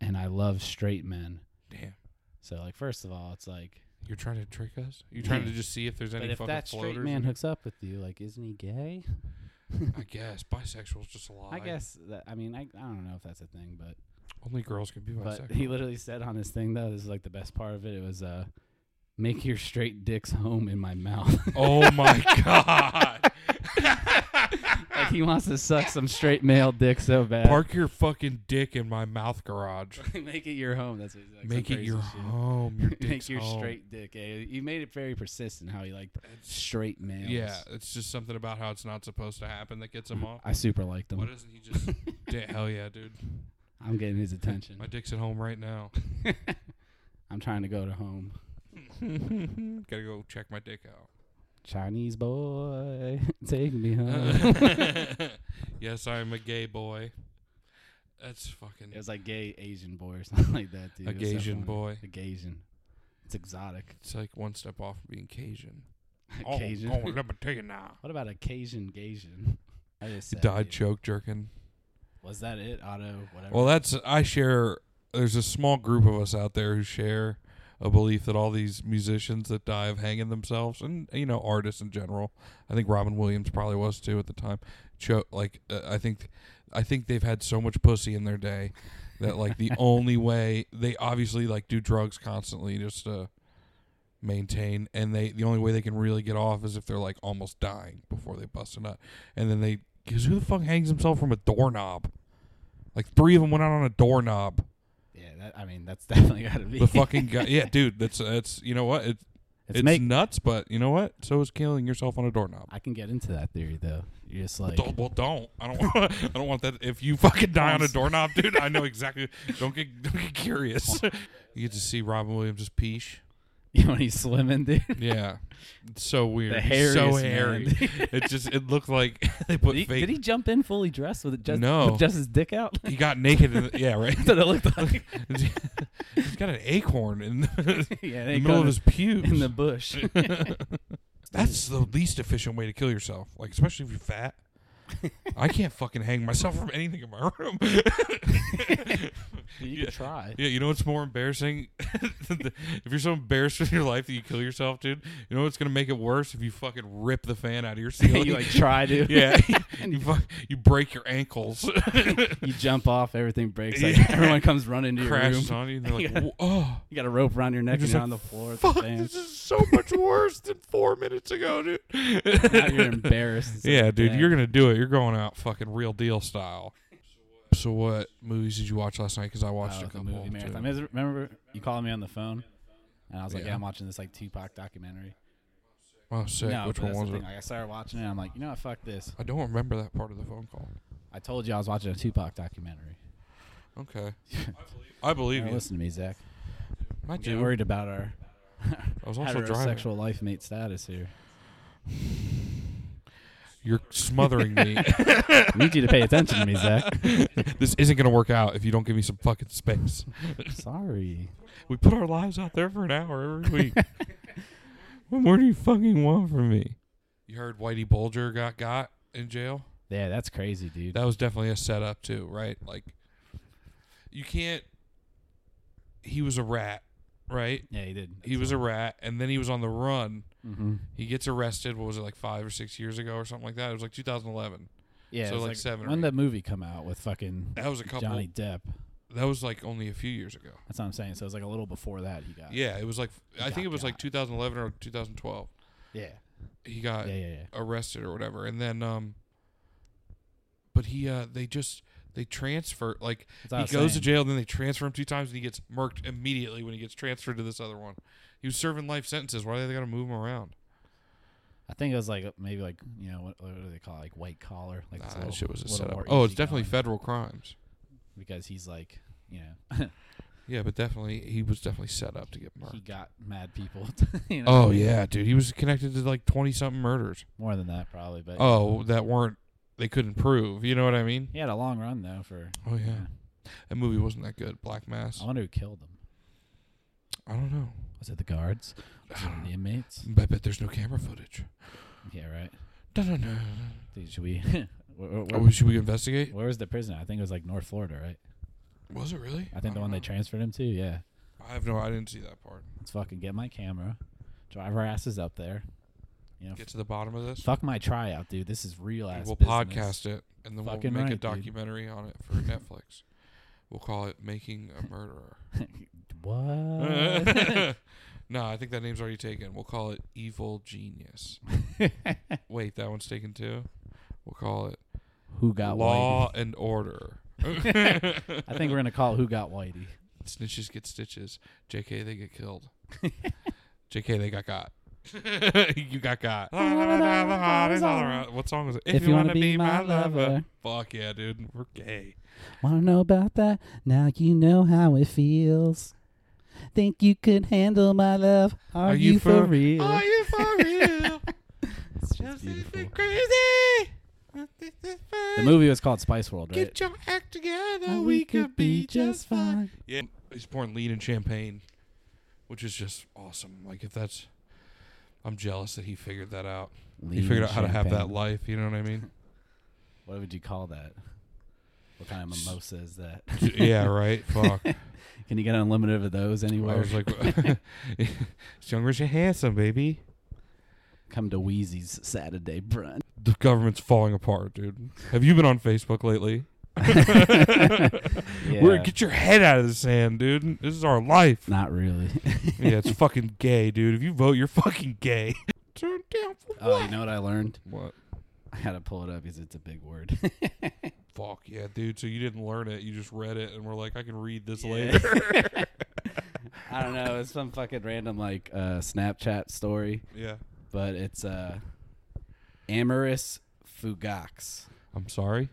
Speaker 4: and I love straight men."
Speaker 2: Damn.
Speaker 4: So like, first of all, it's like,
Speaker 2: You're trying to trick us? You're trying to
Speaker 4: Yeah.
Speaker 2: just see if there's any
Speaker 4: but if
Speaker 2: fucking
Speaker 4: that straight
Speaker 2: floaters?
Speaker 4: man
Speaker 2: in-
Speaker 4: hooks up with you, like, isn't he gay?
Speaker 2: I guess bisexual's just a lie.
Speaker 4: I guess that. I mean, I, I don't know if that's a thing, but
Speaker 2: only girls can be
Speaker 4: but
Speaker 2: bisexual.
Speaker 4: he literally said on his thing though, this is like the best part of it. It was uh, make your straight dicks home in my mouth.
Speaker 2: oh my god!
Speaker 4: like he wants to suck some straight male dick so bad.
Speaker 2: Park your fucking dick in my mouth garage.
Speaker 4: make it your home. That's what he's like. some
Speaker 2: Make it
Speaker 4: crazy
Speaker 2: your
Speaker 4: shit.
Speaker 2: home. Your dick's
Speaker 4: Make your
Speaker 2: home.
Speaker 4: straight dick. Eh? You made it very persistent how he like straight males.
Speaker 2: Yeah, it's just something about how it's not supposed to happen that gets him off.
Speaker 4: I super like them.
Speaker 2: Why doesn't he just? Di- hell yeah, dude!
Speaker 4: I'm getting his attention.
Speaker 2: My dick's at home right now.
Speaker 4: I'm trying to go to home.
Speaker 2: Gotta go check my dick out.
Speaker 4: Chinese boy, take me home.
Speaker 2: yes, I am a gay boy. That's fucking
Speaker 4: it was like gay Asian boy or something like that, dude.
Speaker 2: a
Speaker 4: It was so
Speaker 2: Gaysian
Speaker 4: funny.
Speaker 2: boy.
Speaker 4: A Gaysian. It's exotic.
Speaker 2: It's like one step off from being Cajun.
Speaker 4: A Cajun.
Speaker 2: Oh, oh, let me tell you now.
Speaker 4: what about a Cajun Gaysian? I just said,
Speaker 2: Died
Speaker 4: dude.
Speaker 2: choke jerking.
Speaker 4: Was that it? Auto, whatever.
Speaker 2: Well, that's I share. There's a small group of us out there who share a belief that all these musicians that die of hanging themselves, and you know, artists in general. I think Robin Williams probably was too at the time. Cho- like uh, I think, I think they've had so much pussy in their day that like the only way they obviously like do drugs constantly just to maintain, and they the only way they can really get off is if they're like almost dying before they bust a nut, and then they because who the fuck hangs himself from a doorknob? Like three of them went out on a doorknob.
Speaker 4: yeah, that, I mean, that's definitely got to be.
Speaker 2: The fucking guy, yeah, dude. That's that's you know what? It, It's,
Speaker 4: make
Speaker 2: nuts, but you know what? So is killing yourself on a doorknob.
Speaker 4: I can get into that theory though. You're just like
Speaker 2: Don't, well, don't. I don't. Want, I don't want that. If you fucking die on a doorknob, dude, I know exactly. Don't get don't get curious. you get to see Robin Williams just peesh.
Speaker 4: you know, when he's swimming, dude.
Speaker 2: Yeah, it's so weird.
Speaker 4: The
Speaker 2: He's so
Speaker 4: hairiest
Speaker 2: hairy.
Speaker 4: man.
Speaker 2: it just it looked like they put
Speaker 4: Did he,
Speaker 2: fake.
Speaker 4: did he jump in fully dressed with just
Speaker 2: No.
Speaker 4: with just his dick out?
Speaker 2: He got naked. In the, yeah, right.
Speaker 4: That's what it looked like.
Speaker 2: He's got an acorn in the,
Speaker 4: yeah,
Speaker 2: the middle of his pubes.
Speaker 4: in the bush.
Speaker 2: That's the least efficient way to kill yourself. Like especially if you're fat. I can't fucking hang myself from anything in my room.
Speaker 4: you
Speaker 2: Yeah.
Speaker 4: could try.
Speaker 2: Yeah, you know what's more embarrassing? if you're so embarrassed with your life that you kill yourself, dude, you know what's gonna make it worse? If you fucking rip the fan out of your ceiling.
Speaker 4: you like try to.
Speaker 2: yeah, you, fuck, you break your ankles,
Speaker 4: You jump off, everything breaks. Like,
Speaker 2: Yeah.
Speaker 4: Everyone comes running to your room.
Speaker 2: crashes on you, and they're like,
Speaker 4: Yeah.
Speaker 2: "Whoa, "Oh,
Speaker 4: You got a rope around your neck and
Speaker 2: just
Speaker 4: you're
Speaker 2: like,
Speaker 4: on the floor.
Speaker 2: fuck,
Speaker 4: Fuck,
Speaker 2: this is so much worse than four minutes ago, dude."
Speaker 4: now you're embarrassed. It's
Speaker 2: yeah,
Speaker 4: like,
Speaker 2: dude,
Speaker 4: dang.
Speaker 2: you're gonna do it. You're going out fucking real deal style. So what movies did you watch last night? Because I watched
Speaker 4: Oh,
Speaker 2: a
Speaker 4: the
Speaker 2: couple.
Speaker 4: movie marathon. I
Speaker 2: too.
Speaker 4: mean, remember you calling me on the phone, and I was like,
Speaker 2: Yeah.
Speaker 4: "Yeah, I'm watching this like Tupac documentary."
Speaker 2: Oh, sick.
Speaker 4: no,
Speaker 2: Which
Speaker 4: but
Speaker 2: one
Speaker 4: that's the
Speaker 2: was it?
Speaker 4: thing, Like, I started watching it. and I'm like, you know what? Fuck this.
Speaker 2: I don't remember that part of the phone call.
Speaker 4: I told you I was watching a Tupac documentary.
Speaker 2: Okay. I believe
Speaker 4: Now
Speaker 2: you.
Speaker 4: listen to me, Zach.
Speaker 2: I
Speaker 4: I'm getting
Speaker 2: do.
Speaker 4: worried about our
Speaker 2: I was also driving.
Speaker 4: heterosexual life mate status here.
Speaker 2: You're smothering me.
Speaker 4: I need you to pay attention to me, Zach.
Speaker 2: this isn't going to work out if you don't give me some fucking space.
Speaker 4: Sorry.
Speaker 2: We put our lives out there for an hour every week. what more do you fucking want from me? You heard Whitey Bulger got got in jail?
Speaker 4: Yeah, that's crazy, dude.
Speaker 2: That was definitely a setup too, right? Like you can't he was a rat, right?
Speaker 4: yeah, he did.
Speaker 2: He was a rat and then he was on the run.
Speaker 4: Mm-hmm.
Speaker 2: He gets arrested, what was it like 5 or 6 years ago or something like that? It was like 2011.
Speaker 4: Yeah,
Speaker 2: So,
Speaker 4: it was
Speaker 2: like, seven or
Speaker 4: When
Speaker 2: eight.
Speaker 4: did that movie come out with fucking
Speaker 2: That was a couple
Speaker 4: Johnny Depp?
Speaker 2: That was like only a few years ago.
Speaker 4: That's what I'm saying. So it was like a little before that he got.
Speaker 2: Yeah, it was like I
Speaker 4: got
Speaker 2: think it was like
Speaker 4: got.
Speaker 2: 2011 or 2012.
Speaker 4: Yeah.
Speaker 2: He got
Speaker 4: Yeah. Yeah. yeah.
Speaker 2: arrested or whatever, and then um, but he uh they just they transfer like
Speaker 4: That's what I
Speaker 2: he
Speaker 4: was
Speaker 2: goes to
Speaker 4: saying.
Speaker 2: jail, and then they transfer him two times, and he gets murked immediately when he gets transferred to this other one. He was serving life sentences. Why do they got to move him around?
Speaker 4: I think it was like maybe like you know what, what do they call it? like white collar like
Speaker 2: Nah,
Speaker 4: it's a
Speaker 2: that
Speaker 4: little-
Speaker 2: shit was a
Speaker 4: little
Speaker 2: setup.
Speaker 4: more
Speaker 2: Oh, it's
Speaker 4: easygoing
Speaker 2: definitely federal crimes.
Speaker 4: because he's like you know
Speaker 2: Yeah, but definitely he was definitely set up to get
Speaker 4: he
Speaker 2: murked.
Speaker 4: got mad people. you know?
Speaker 2: Oh yeah, dude, he was connected to like twenty something murders.
Speaker 4: more than that probably, but
Speaker 2: Oh, that weren't they couldn't prove. You know what I mean?
Speaker 4: he had a long run though. For
Speaker 2: Oh yeah, that movie wasn't that good. Black Mass.
Speaker 4: I wonder who killed him.
Speaker 2: I don't know.
Speaker 4: Was it the guards? Was it the inmates?
Speaker 2: I bet there's no camera footage.
Speaker 4: Yeah, right.
Speaker 2: Dun-dun-dun.
Speaker 4: Dude, should we? where, where-
Speaker 2: Oh, should we investigate?
Speaker 4: where was the prison? I think it was like North Florida, right?
Speaker 2: Was it really?
Speaker 4: I think the one
Speaker 2: Uh-huh.
Speaker 4: they transferred him to. Yeah.
Speaker 2: I have no. I didn't see that part.
Speaker 4: Let's fucking get my camera, drive our asses up there. You know,
Speaker 2: Get to the bottom of this.
Speaker 4: fuck my tryout, dude. This is real ass.
Speaker 2: We'll
Speaker 4: business.
Speaker 2: podcast it and then
Speaker 4: Fucking
Speaker 2: we'll
Speaker 4: right,
Speaker 2: make a
Speaker 4: dude.
Speaker 2: documentary on it for Netflix. We'll call it "Making a Murderer."
Speaker 4: What?
Speaker 2: no, I think that name's already taken. We'll call it "Evil Genius." Wait, that one's taken too. We'll call it
Speaker 4: Who got
Speaker 2: "Law and Order."
Speaker 4: Whitey? I think we're gonna call it Who Got Whitey.
Speaker 2: Snitches get stitches. JK, they get killed. JK, they got got. you got got. what song was it?
Speaker 4: If you wanna be my lover.
Speaker 2: Fuck yeah, dude. We're gay.
Speaker 4: Wanna know about that? Now you know how it feels. Think you could handle my love? Are, you, for, real?
Speaker 2: Are you for real?
Speaker 4: It's just
Speaker 2: Just is
Speaker 4: beautiful.
Speaker 2: it crazy. This is fun.
Speaker 4: The movie was called Spice World, right?
Speaker 2: Get your act together.
Speaker 4: And
Speaker 2: we, could be just fine. Yeah. He's pouring lean and champagne, which is just awesome. Like, if that's. I'm jealous that he figured that out.
Speaker 4: Lean
Speaker 2: He figured
Speaker 4: and
Speaker 2: out how to have that
Speaker 4: champagne.
Speaker 2: life. You know what I mean?
Speaker 4: What would you call that? What kind of mimosa is that?
Speaker 2: yeah, right. Fuck.
Speaker 4: Can you get unlimited of those anywhere?
Speaker 2: I was like, it's young, rich, and handsome, baby.
Speaker 4: Come to Wheezy's Saturday brunch.
Speaker 2: The government's falling apart, dude. Have you been on Facebook lately? We're
Speaker 4: Yeah.
Speaker 2: get your head out of the sand, dude. This is our life.
Speaker 4: Not really.
Speaker 2: yeah, it's fucking gay, dude. If you vote, you're fucking gay. Turn down for
Speaker 4: oh, you know what I learned?
Speaker 2: what?
Speaker 4: I had to pull it up because it's a big word.
Speaker 2: Fuck yeah, dude. So you didn't learn it. You just read it, and we're like, I can read this later.
Speaker 4: I don't know. It's some fucking random like uh, Snapchat story,
Speaker 2: Yeah.
Speaker 4: but it's uh, Amaris Fugax.
Speaker 2: I'm sorry.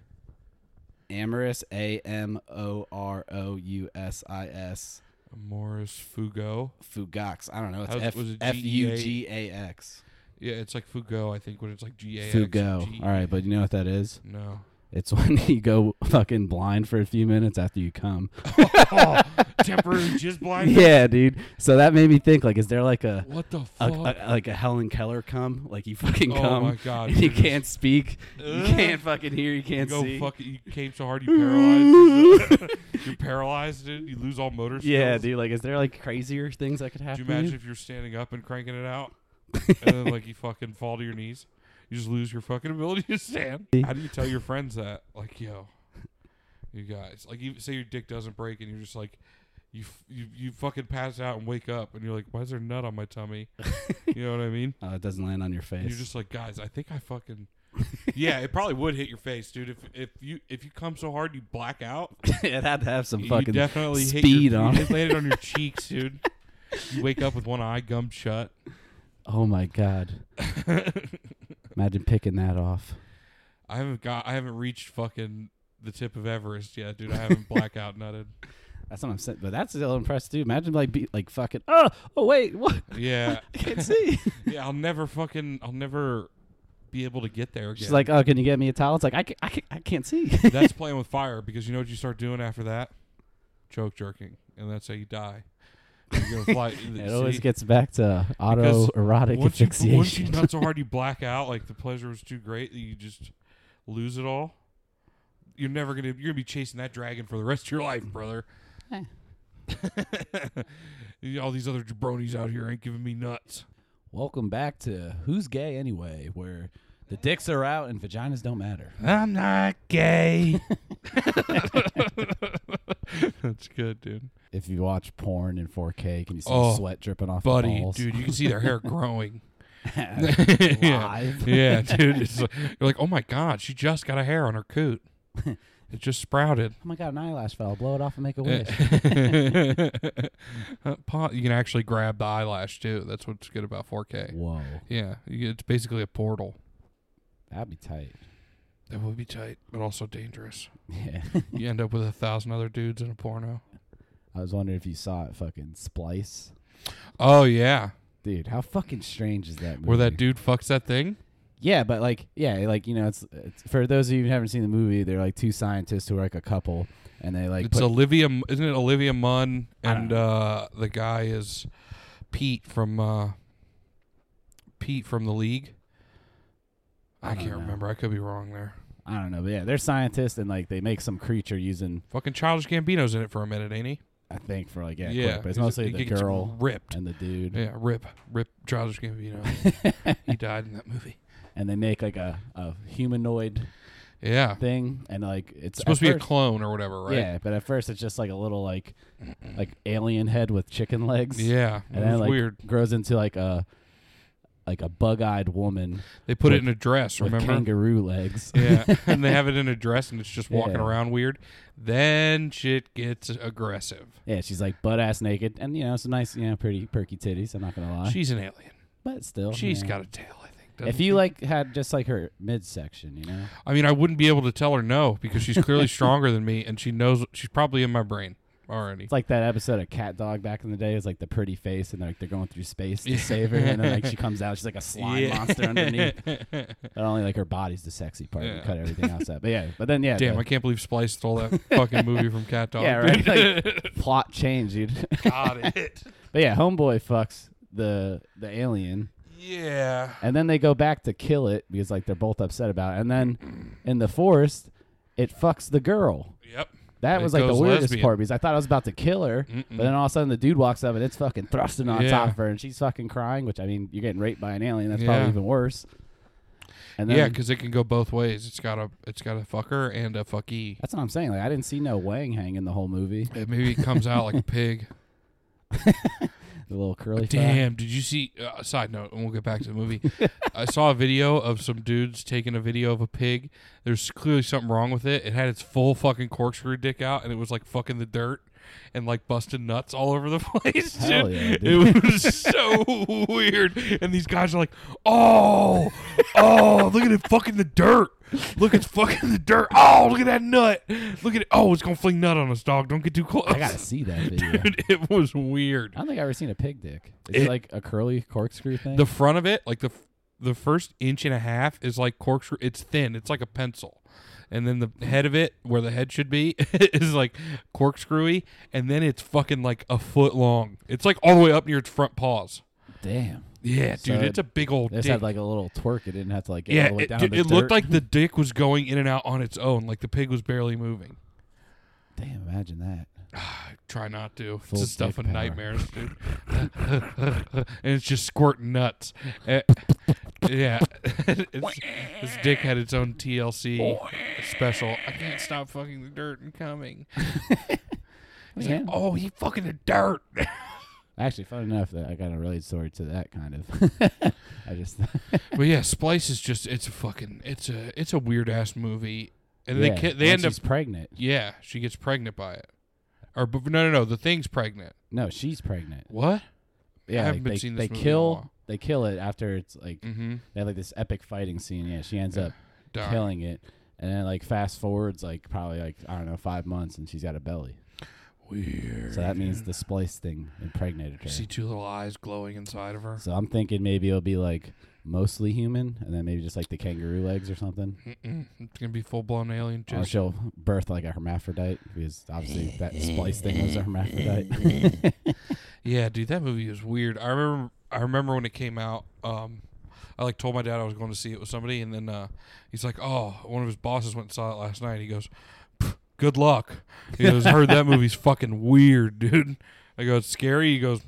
Speaker 4: Amaris A M O R O U S I S
Speaker 2: Morris Fugo.
Speaker 4: Fugax. I don't know. It's
Speaker 2: How's-
Speaker 4: F
Speaker 2: was it
Speaker 4: F U
Speaker 2: G
Speaker 4: G A X.
Speaker 2: Yeah, it's like Fugo, I think, when it's like G A X G- E.
Speaker 4: Fugo. All right, but you know what that is?
Speaker 2: No.
Speaker 4: It's when you go fucking blind for a few minutes after you come.
Speaker 2: oh, temporary jizz blind.
Speaker 4: yeah, dude. So that made me think. Like, is there like a
Speaker 2: What the
Speaker 4: a,
Speaker 2: fuck?
Speaker 4: a- like a Helen Keller cum. Like you fucking
Speaker 2: Oh
Speaker 4: cum.
Speaker 2: my God,
Speaker 4: and you
Speaker 2: you're just-
Speaker 4: can't speak. You
Speaker 2: Ugh.
Speaker 4: can't fucking hear. You
Speaker 2: you
Speaker 4: can't
Speaker 2: go
Speaker 4: see.
Speaker 2: fuck it. You came so hard you paralyzed. You're paralyzed, dude. You lose all motor skills.
Speaker 4: yeah, dude. Like, is there like crazier things that could
Speaker 2: Do
Speaker 4: happen?
Speaker 2: you
Speaker 4: to
Speaker 2: imagine if you're standing up and cranking it out, and then like you fucking fall to your knees? You just lose your fucking ability to stand. How do you tell your friends that? Like, yo, you guys, like, you say your dick doesn't break, and you're just like, you f- you you fucking pass out and wake up, and you're like, why is there a nut on my tummy? you know what I mean?
Speaker 4: Oh, it doesn't land on your
Speaker 2: And
Speaker 4: face.
Speaker 2: you're just like, guys, I think I fucking. yeah, it probably would hit your face, dude. If if you if you come so hard you black out,
Speaker 4: it had to have some
Speaker 2: you
Speaker 4: fucking
Speaker 2: definitely hit
Speaker 4: speed
Speaker 2: your,
Speaker 4: on
Speaker 2: you
Speaker 4: it.
Speaker 2: landed on your cheeks, dude. You wake up with one eye gummed shut.
Speaker 4: Oh my god. Imagine picking that off.
Speaker 2: I haven't got. I haven't reached fucking the tip of Everest yet, dude. I haven't blackout nutted.
Speaker 4: That's what I'm saying. But that's still impressive too. Imagine like be like fucking. Oh, oh wait, what?
Speaker 2: Yeah,
Speaker 4: I can't see.
Speaker 2: yeah. I'll never fucking. I'll never be able to get there again.
Speaker 4: She's like, oh, can you get me a towel? It's like I can't, I can't, I can't see.
Speaker 2: that's playing with fire because you know what you start doing after that, choke jerking, and that's how you die. You're gonna fly.
Speaker 4: it always
Speaker 2: see?
Speaker 4: gets back to
Speaker 2: Because
Speaker 4: autoerotic
Speaker 2: once you, once you
Speaker 4: asphyxiation.
Speaker 2: nut so hard you black out, like the pleasure was too great that you just lose it all. You're never gonna. You're gonna be chasing that dragon for the rest of your life, brother.
Speaker 4: Eh.
Speaker 2: You- all these other jabronis out here ain't giving me nuts.
Speaker 1: Welcome back to Who's Gay Anyway, where the dicks are out and vaginas don't matter.
Speaker 2: I'm not gay. That's good, dude.
Speaker 4: if you watch porn in 4K, can you see
Speaker 2: Oh,
Speaker 4: sweat dripping off the
Speaker 2: Buddy,
Speaker 4: balls?
Speaker 2: dude, you can see their hair growing. yeah.
Speaker 4: Live. Oh
Speaker 2: yeah, dude. It's like, you're like, oh my god, she just got a hair on her coot. It just sprouted.
Speaker 4: Oh my god, an eyelash fell. Blow it off and make a wish.
Speaker 2: Uh, pa- you can actually grab the eyelash too. That's what's good about 4K.
Speaker 4: Whoa,
Speaker 2: Yeah, you- it's basically a portal.
Speaker 4: that'd be tight.
Speaker 2: That would be tight, but also dangerous.
Speaker 4: Yeah,
Speaker 2: You end up with a thousand other dudes in a porno.
Speaker 4: I was wondering if you saw it. Fucking splice,
Speaker 2: Oh yeah,
Speaker 4: dude. How fucking strange is that? Movie?
Speaker 2: where that dude fucks that thing.
Speaker 4: Yeah, but like, yeah, like you know, it's, it's for those of you who haven't seen the movie. They're like two scientists who are like a couple, and they like
Speaker 2: It's
Speaker 4: put,
Speaker 2: Olivia, isn't it? Olivia Munn
Speaker 4: I don't
Speaker 2: and uh, the guy is Pete from uh, Pete from the League. I,
Speaker 4: I don't
Speaker 2: can't
Speaker 4: know.
Speaker 2: remember. I could be wrong there.
Speaker 4: I don't know, but yeah, they're scientists and like they make some creature using
Speaker 2: Fucking Childish Gambino's in it for a minute, ain't he?
Speaker 4: I think for like yeah,
Speaker 2: yeah,
Speaker 4: quick, but it's
Speaker 2: he's-
Speaker 4: mostly
Speaker 2: he
Speaker 4: the
Speaker 2: gets
Speaker 4: girl
Speaker 2: ripped.
Speaker 4: and the dude.
Speaker 2: Yeah, rip, rip, Childish Gambino. he died in that movie.
Speaker 4: and they make like a, a humanoid
Speaker 2: Yeah, it's
Speaker 4: thing, and like it's,
Speaker 2: supposed
Speaker 4: at
Speaker 2: to be a
Speaker 4: first-
Speaker 2: clone or whatever, right?
Speaker 4: Yeah, but at first it's just like a little like like alien head with chicken legs.
Speaker 2: yeah.
Speaker 4: and
Speaker 2: it
Speaker 4: then
Speaker 2: was
Speaker 4: like
Speaker 2: weird.
Speaker 4: grows into like a like a bug-eyed woman
Speaker 2: They put it
Speaker 4: with-
Speaker 2: in a dress.
Speaker 4: with
Speaker 2: Remember?
Speaker 4: kangaroo legs.
Speaker 2: yeah, and they have it in a dress, and it's just walking
Speaker 4: Yeah.
Speaker 2: around weird. Then shit gets aggressive.
Speaker 4: Yeah, she's like butt ass naked, and you know some nice, you know, pretty perky titties. I'm not gonna lie,
Speaker 2: She's an alien.
Speaker 4: but still,
Speaker 2: She's
Speaker 4: you know.
Speaker 2: got a tail, I think. doesn't
Speaker 4: If
Speaker 2: she?
Speaker 4: you like had just like her midsection, you know,
Speaker 2: I mean, I wouldn't be able to tell her no because she's clearly stronger than me, and she knows she's probably in my brain already.
Speaker 4: it's like that episode of Cat Dog back in the day. It's like the pretty face, and like they're going through space to save her, and then like she comes out, she's like a slime
Speaker 2: Yeah.
Speaker 4: monster underneath. But only like her body's the sexy part. You
Speaker 2: Yeah.
Speaker 4: cut everything else out. But yeah, but then yeah,
Speaker 2: Damn, I
Speaker 4: the,
Speaker 2: can't believe Splice stole that fucking movie from Cat Dog.
Speaker 4: yeah, right. Like, plot change, dude.
Speaker 2: Got it.
Speaker 4: but yeah, homeboy fucks the the alien,
Speaker 2: Yeah.
Speaker 4: and then they go back to kill it because like they're both upset about. it. And then in the forest, it fucks the girl.
Speaker 2: Yep.
Speaker 4: That
Speaker 2: It
Speaker 4: was like the
Speaker 2: goes
Speaker 4: weirdest
Speaker 2: lesbian.
Speaker 4: part because I thought I was about to kill her, but then all of a sudden the dude walks up and it's fucking thrusting on
Speaker 2: Yeah.
Speaker 4: top of her, and she's fucking crying. Which I mean, you're getting raped by an alien. That's probably
Speaker 2: Yeah.
Speaker 4: even worse. And then,
Speaker 2: Yeah, because it can go both ways. It's got a it's got a fucker and a fucky.
Speaker 4: that's what I'm saying. Like I didn't see no Wang hanging the whole movie.
Speaker 2: Uh, Maybe it comes out like a pig.
Speaker 4: The little curly. fry.
Speaker 2: Damn, did you see? Uh, side note, and we'll get back to the movie. I saw a video of some dudes taking a video of a pig. There's clearly something wrong with it. It had its full fucking corkscrew dick out, and it was like fucking the dirt. and like busted nuts all over the place.
Speaker 4: Hell
Speaker 2: dude.
Speaker 4: yeah,
Speaker 2: It was so weird. And these guys are like, oh, oh, look at it fucking the dirt. Look, it's fucking the dirt. Oh, look at that nut. Look at it. Oh, it's gonna fling nut on us, dog. Don't get too close.
Speaker 4: I gotta see that video.
Speaker 2: Dude, it was weird.
Speaker 4: I don't think I've ever seen a pig dick. Is it,
Speaker 2: It-
Speaker 4: like a curly corkscrew thing?
Speaker 2: The front of it, like the f- the first inch and a half, is like corkscrew. It's thin. It's like a pencil. And then the head of it, where the head should be, is like corkscrewy. And then it's fucking like a foot long. It's like all the way up near its front paws.
Speaker 4: Damn.
Speaker 2: Yeah,
Speaker 4: So
Speaker 2: dude, it's a big old
Speaker 4: They just
Speaker 2: dick.
Speaker 4: had like a little twerk. It didn't have to like get
Speaker 2: yeah,
Speaker 4: all the way
Speaker 2: it,
Speaker 4: down
Speaker 2: dude,
Speaker 4: to the
Speaker 2: it looked
Speaker 4: dirt.
Speaker 2: like the dick was going in and out on its own. Like the pig was barely moving.
Speaker 4: Damn, imagine that.
Speaker 2: I try not to.
Speaker 4: Full
Speaker 2: it's the
Speaker 4: dick
Speaker 2: stuff of
Speaker 4: power.
Speaker 2: nightmares, dude. and it's just squirting nuts. Eh, yeah, it's, this dick had its own TLC special. I can't stop fucking the dirt and coming. He's like,
Speaker 4: Yeah.
Speaker 2: oh, he fucking the dirt.
Speaker 4: Actually, fun enough that I got a related story to that kind of. I just
Speaker 2: but yeah, Splice is just it's a fucking it's a it's a weird ass movie, and
Speaker 4: Yeah,
Speaker 2: they ca- they
Speaker 4: when
Speaker 2: end up
Speaker 4: she's pregnant.
Speaker 2: yeah she gets pregnant by it, or but no no no the thing's pregnant.
Speaker 4: No, she's pregnant.
Speaker 2: What?
Speaker 4: Yeah,
Speaker 2: haven't
Speaker 4: like,
Speaker 2: been
Speaker 4: they,
Speaker 2: seen
Speaker 4: they
Speaker 2: this movie in a
Speaker 4: kill
Speaker 2: while.
Speaker 4: they kill it after it's like
Speaker 2: Mm-hmm.
Speaker 4: they have like this epic fighting scene. Yeah, she ends up
Speaker 2: Dying.
Speaker 4: killing it, and then like fast forwards like probably like I don't know five months, and she's got a belly.
Speaker 2: Weird.
Speaker 4: So that means the splice thing impregnated her.
Speaker 2: You see two little eyes glowing inside of her.
Speaker 4: So I'm thinking maybe it'll be like mostly human, and then maybe just like the kangaroo legs or something.
Speaker 2: Mm-mm. It's gonna be full blown alien.
Speaker 4: Or
Speaker 2: Just
Speaker 4: she'll birth like a hermaphrodite because obviously that splice thing was a hermaphrodite.
Speaker 2: yeah, dude, that movie was weird. I remember. I remember when it came out. Um, I like told my dad I was going to see it with somebody, and then uh, he's like, "Oh, one of his bosses went and saw it last night." He goes, "Pff, "Good luck." He goes, "Heard that movie's fucking weird, dude." I go, "It's scary." He goes,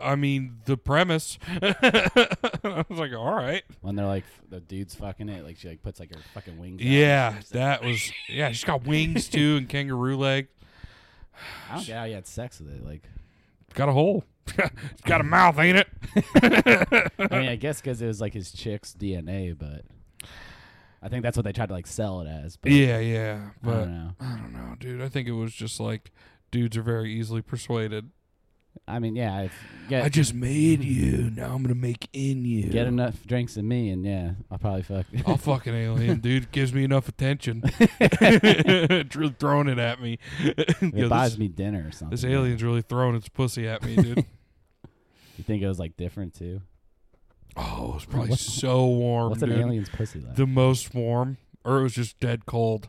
Speaker 2: "I mean, the premise." I was like, "All right."
Speaker 4: when they're like f- the dude's fucking it, like she like puts like her fucking wings. out.
Speaker 2: Yeah, that was. Yeah, she's got wings too and kangaroo legs.
Speaker 4: I don't get how you had sex with it. Like
Speaker 2: Got a hole. it's got a mouth, ain't it?
Speaker 4: I mean, I guess because it was like his chick's DNA, but I think that's what they tried to like sell it as. But
Speaker 2: Yeah, yeah.
Speaker 4: I
Speaker 2: But
Speaker 4: don't know.
Speaker 2: I don't know, dude. I think it was just like dudes are very easily persuaded.
Speaker 4: I mean, yeah, if, get
Speaker 2: I just made you. Now I'm gonna make in you.
Speaker 4: get enough drinks in me, and yeah, I'll probably fuck.
Speaker 2: I'll fucking alien, dude. Gives me enough attention. It's really throwing it at me.
Speaker 4: it
Speaker 2: Yo,
Speaker 4: buys
Speaker 2: this,
Speaker 4: me dinner or something.
Speaker 2: this alien's really throwing its pussy at me, dude.
Speaker 4: You think it was like different too?
Speaker 2: oh, it's probably so warm,
Speaker 4: What's
Speaker 2: dude.
Speaker 4: an alien's pussy like?
Speaker 2: The most warm, or it was just dead cold.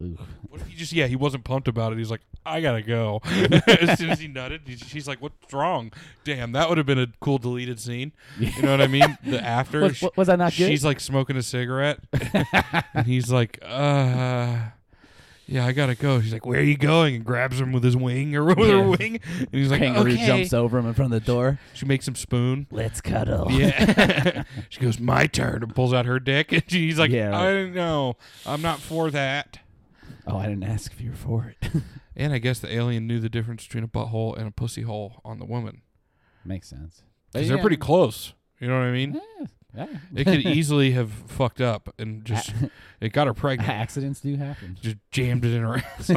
Speaker 4: Ooh.
Speaker 2: What if he just yeah he wasn't pumped about it. He's like I gotta go. as soon as he nutted, he- she's like, "What's wrong?" Damn, that would have been a cool deleted scene. You know what I mean? The after
Speaker 4: Was, was that not good?
Speaker 2: she's like smoking a cigarette, and he's like, "Uh." Yeah, I gotta go. She's like, "Where are you going?" and grabs him with his wing or with
Speaker 4: Yeah.
Speaker 2: her wing, and he's like,
Speaker 4: Kangaroo
Speaker 2: "Okay."
Speaker 4: jumps over him in front of the door.
Speaker 2: She makes him spoon.
Speaker 4: Let's cuddle.
Speaker 2: Yeah. she goes, "My turn," and pulls out her dick, and she's like,
Speaker 4: Yeah, right.
Speaker 2: "I don't know. I'm not for that."
Speaker 4: Oh, I didn't ask if you were for it.
Speaker 2: And I guess the alien knew the difference between a butthole and a pussy hole on the woman.
Speaker 4: Makes sense.
Speaker 2: Because they're pretty close. You know what I mean?
Speaker 4: Mm-hmm. Yeah.
Speaker 2: It could easily have fucked up and just, it got her pregnant.
Speaker 4: Accidents do happen.
Speaker 2: just jammed it in her ass.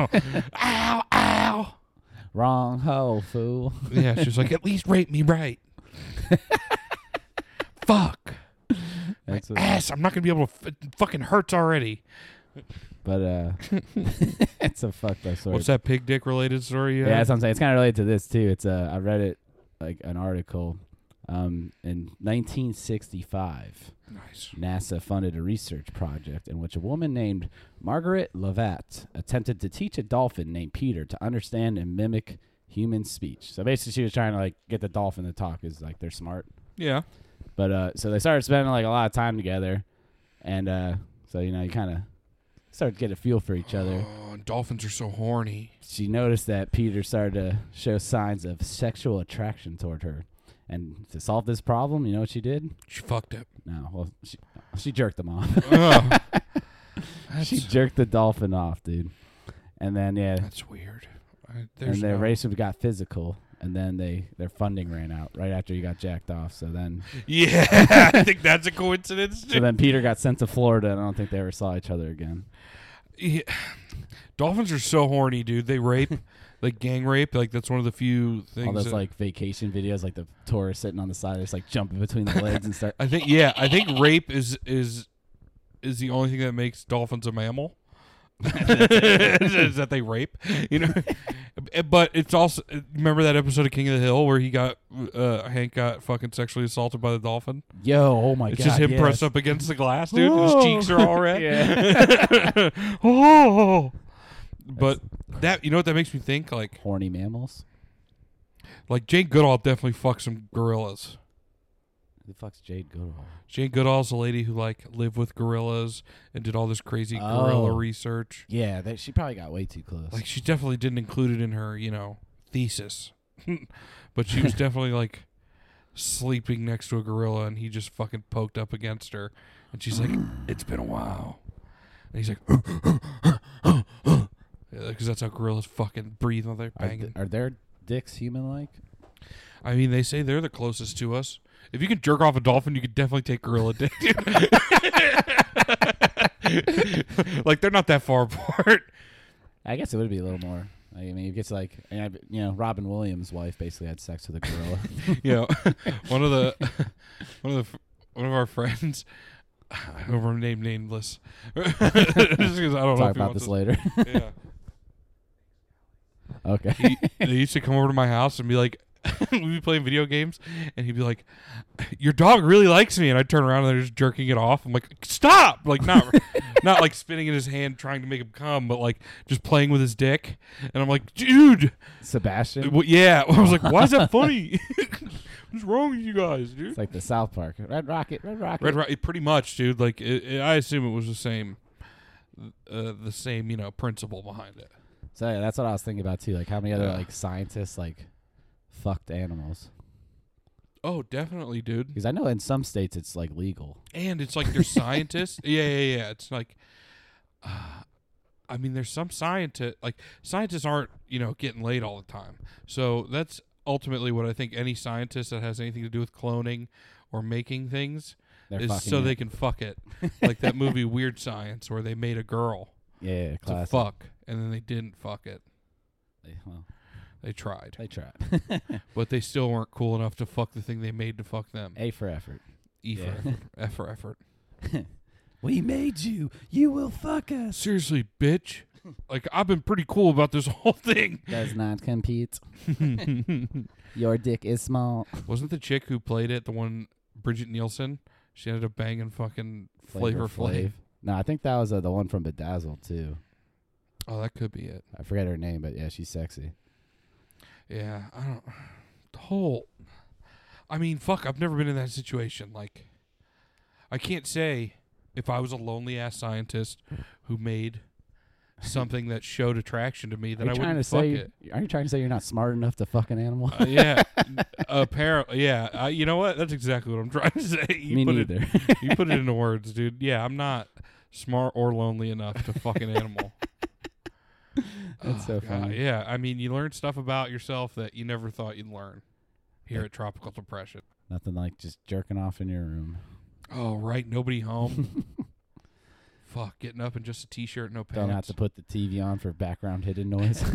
Speaker 2: ow, ow.
Speaker 4: Wrong hole, fool.
Speaker 2: Yeah, she's like, at least rape me right. Fuck.
Speaker 4: That's what,
Speaker 2: Ass, I'm not going to be able to, f- it fucking hurts already.
Speaker 4: but uh, it's a fucked up story.
Speaker 2: What's that pig dick related story? you
Speaker 4: Yeah,
Speaker 2: had?
Speaker 4: that's what I'm saying. It's kind of related to this too. It's uh, I read it like an article. Um, in 1965,
Speaker 2: nice.
Speaker 4: NASA funded a research project in which a woman named Margaret Lavatt attempted to teach a dolphin named Peter to understand and mimic human speech. So basically, she was trying to like get the dolphin to talk. Is like they're smart.
Speaker 2: Yeah.
Speaker 4: But uh, so they started spending like a lot of time together, and uh, so you know you kind of start to get a feel for each other.
Speaker 2: Oh, dolphins are so horny.
Speaker 4: She noticed that Peter started to show signs of sexual attraction toward her, and to solve this problem, you know what she did?
Speaker 2: She fucked it.
Speaker 4: No, well she she jerked him off.
Speaker 2: Ugh. That's-
Speaker 4: she jerked the dolphin off, dude. And then yeah,
Speaker 2: That's weird. I, there's
Speaker 4: and their
Speaker 2: no-
Speaker 4: race got physical, and then they their funding ran out right after he got jacked off. So then
Speaker 2: Yeah, I think that's a coincidence.
Speaker 4: so then Peter got sent to Florida, and I don't think they ever saw each other again.
Speaker 2: Yeah. Dolphins are so horny, dude. They rape, like gang rape. Like that's one of the few things.
Speaker 4: All those
Speaker 2: that-
Speaker 4: Oh, like vacation videos, like the tourist sitting on the side, just like jumping between the legs and start.
Speaker 2: I think yeah, I think rape is is is the only thing that makes dolphins a mammal. is that they rape, you know? Eh, but it's also remember that episode of King of the Hill where he got uh, Hank got fucking sexually assaulted by the dolphin.
Speaker 4: Yo, oh my
Speaker 2: It's
Speaker 4: god!
Speaker 2: just him
Speaker 4: yes.
Speaker 2: pressed up against the glass, dude. and His
Speaker 4: Oh.
Speaker 2: cheeks are all red.
Speaker 4: Yeah.
Speaker 2: oh, but that you know what that makes me think like
Speaker 4: Horny mammals.
Speaker 2: like Jane Goodall definitely fucked some gorillas.
Speaker 4: Who the fuck's Jade Goodall?
Speaker 2: Jane Goodall's a lady who like lived with gorillas and did all this crazy gorilla
Speaker 4: Oh.
Speaker 2: research.
Speaker 4: Yeah, that she probably got way too close.
Speaker 2: Like she definitely didn't include it in her, you know, thesis. but she was definitely like sleeping next to a gorilla and he just fucking poked up against her and she's like, It's been a while. And he's like because that's how gorillas fucking breathe while they're
Speaker 4: are, th-
Speaker 2: banging.
Speaker 4: are their dicks human-like?
Speaker 2: I mean, they say they're the closest to us. If you could jerk off a dolphin, you could definitely take gorilla dick. like they're not that far apart.
Speaker 4: I guess it would be a little more. I mean, it gets like I- I- you know, Robin Williams' wife basically had sex with a gorilla.
Speaker 2: you know, one of the one of the one of our friends. Over named nameless. Just 'cause I don't know
Speaker 4: Talk
Speaker 2: if he
Speaker 4: about
Speaker 2: wants
Speaker 4: this later.
Speaker 2: to- Yeah.
Speaker 4: okay.
Speaker 2: He- they used to come over to my house and be like, we'd be playing video games, and he'd be like, "Your dog really likes me," and I'd turn around and they're just jerking it off. I'm like, "Stop!" Like not, not like spinning in his hand trying to make him come, but like just playing with his dick. And I'm like, "Dude,
Speaker 4: Sebastian.
Speaker 2: w- yeah." I was like, "Why is that funny? What's wrong with you guys, dude?"
Speaker 4: It's like the South Park. Red Rocket. Red Rocket.
Speaker 2: Red Rocket, pretty much, dude. Like it, it, I assume it was the same, uh, the same you know principle behind it.
Speaker 4: So yeah, that's what I was thinking about too. Like how many other
Speaker 2: Yeah.
Speaker 4: like scientists like fucked animals?
Speaker 2: Oh, definitely, dude.
Speaker 4: Because I know in some states it's like legal.
Speaker 2: And it's like they're scientists. Yeah, yeah, yeah. It's like, uh, I mean, there's some scientist like scientists aren't you know getting laid all the time. So that's ultimately what I think any scientist that has anything to do with cloning or making things
Speaker 4: They're
Speaker 2: is
Speaker 4: fucking
Speaker 2: so
Speaker 4: it.
Speaker 2: they can fuck it. like that movie Weird Science where they made a girl
Speaker 4: yeah, yeah,
Speaker 2: to
Speaker 4: class.
Speaker 2: fuck and then they didn't fuck it.
Speaker 4: They, well,
Speaker 2: They tried.
Speaker 4: they tried.
Speaker 2: but they still weren't cool enough to fuck the thing they made to fuck them.
Speaker 4: A for effort.
Speaker 2: E for
Speaker 4: yeah.
Speaker 2: effort. F for effort.
Speaker 4: We made you. You will fuck us.
Speaker 2: Seriously, bitch. Like I've been pretty cool about this whole thing.
Speaker 4: Does not compete. Your dick is small.
Speaker 2: Wasn't the chick who played it the one Bridget Nielsen? She ended up banging fucking Flavor, Flav.
Speaker 4: Flav. No, I think that was uh, the one from Bedazzled too.
Speaker 2: Oh, that could be it.
Speaker 4: I forget her name, but yeah, she's sexy.
Speaker 2: Yeah, I don't. The whole. I mean, fuck. I've never been in that situation. Like, I can't say if I was a lonely ass scientist who made something that showed attraction to me that
Speaker 4: Are
Speaker 2: I
Speaker 4: you trying
Speaker 2: wouldn't
Speaker 4: to
Speaker 2: fuck
Speaker 4: say?
Speaker 2: it.
Speaker 4: Are you trying to say you're not smart enough to fuck an animal?
Speaker 2: Uh, yeah, apparently. Yeah, I, you know what? That's exactly what I'm trying to say. You
Speaker 4: Me
Speaker 2: put
Speaker 4: neither.
Speaker 2: It, you put it into words, dude. Yeah, I'm not smart or lonely enough to fuck an animal. Oh,
Speaker 4: That's so
Speaker 2: God,
Speaker 4: funny.
Speaker 2: yeah, I mean, you learn stuff about yourself that you never thought you'd learn here at Tropical Depression.
Speaker 4: Nothing like just jerking off in your room.
Speaker 2: Oh, right, nobody home. Fuck, getting up in just a t-shirt, no
Speaker 4: Don't have
Speaker 2: pants.
Speaker 4: to put the TV on for background hidden noise.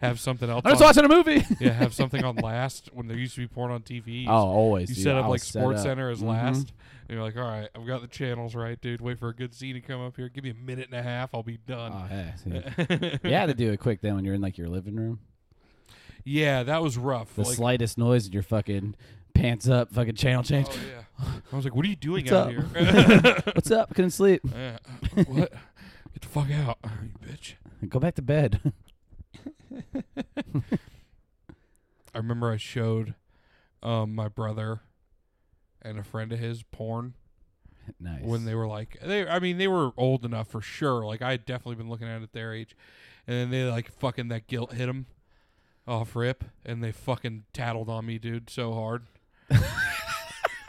Speaker 2: have something else.
Speaker 4: I was
Speaker 2: on-
Speaker 4: watching a movie.
Speaker 2: yeah, have something on last when there used to be porn on TV.
Speaker 4: Oh, always.
Speaker 2: you
Speaker 4: dude.
Speaker 2: set up
Speaker 4: I
Speaker 2: like
Speaker 4: was set
Speaker 2: Sports
Speaker 4: up.
Speaker 2: Center as
Speaker 4: Mhm.
Speaker 2: last, and you're like, all right, I've got the channels right, dude. Wait for a good scene to come up here. Give me a minute and a half, I'll be
Speaker 4: Oh,
Speaker 2: done.
Speaker 4: yeah. see. you had to do it quick then when you're in like your living room.
Speaker 2: yeah, that was rough.
Speaker 4: The
Speaker 2: like,
Speaker 4: slightest noise and your fucking pants up, fucking channel change.
Speaker 2: oh yeah, I was like, what are you doing
Speaker 4: What's
Speaker 2: out
Speaker 4: up?
Speaker 2: here?
Speaker 4: What's up? Couldn't sleep.
Speaker 2: Yeah. what? Get the fuck out, you bitch.
Speaker 4: Go back to bed.
Speaker 2: I remember I showed um, my brother and a friend of his porn
Speaker 4: nice.
Speaker 2: when they were like they I mean they were old enough for sure. Like I had definitely been looking at it at their age. And then they like fucking that guilt hit them off rip and they fucking tattled on me, dude, so hard.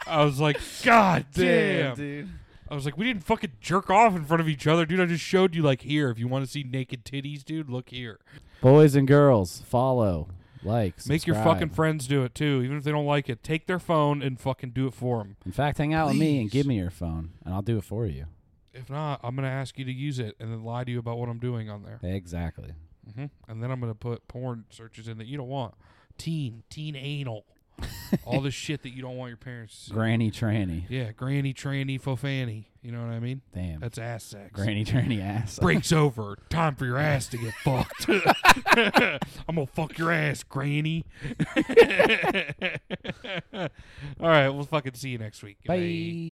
Speaker 2: I was like, God damn.
Speaker 6: dude.
Speaker 2: I was like, we didn't fucking jerk off in front of each other, dude. I just showed you like here. If you want to see naked titties, dude, look here.
Speaker 4: Boys and girls, follow, like,
Speaker 2: Make your
Speaker 4: subscribe.
Speaker 2: fucking friends do it too, even if they don't like it. Take their phone and fucking do it for them.
Speaker 4: In fact, hang out with me and
Speaker 2: Please.
Speaker 4: give me your phone, and I'll do it for you.
Speaker 2: If not, I'm gonna ask you to use it and then lie to you about what I'm doing on there.
Speaker 1: Exactly.
Speaker 2: hmm And then I'm gonna put porn searches in that you don't want. Teen, teen anal, all this shit that you don't want your parents. To see.
Speaker 1: Granny tranny.
Speaker 2: Yeah, granny, tranny, fofanny. You know what I mean?
Speaker 1: Damn.
Speaker 2: That's ass sex.
Speaker 1: Granny tranny ass.
Speaker 2: Breaks over. Time for your ass to get fucked. I'm gonna fuck your ass, granny. all right, we'll fucking see you next week.
Speaker 1: Bye.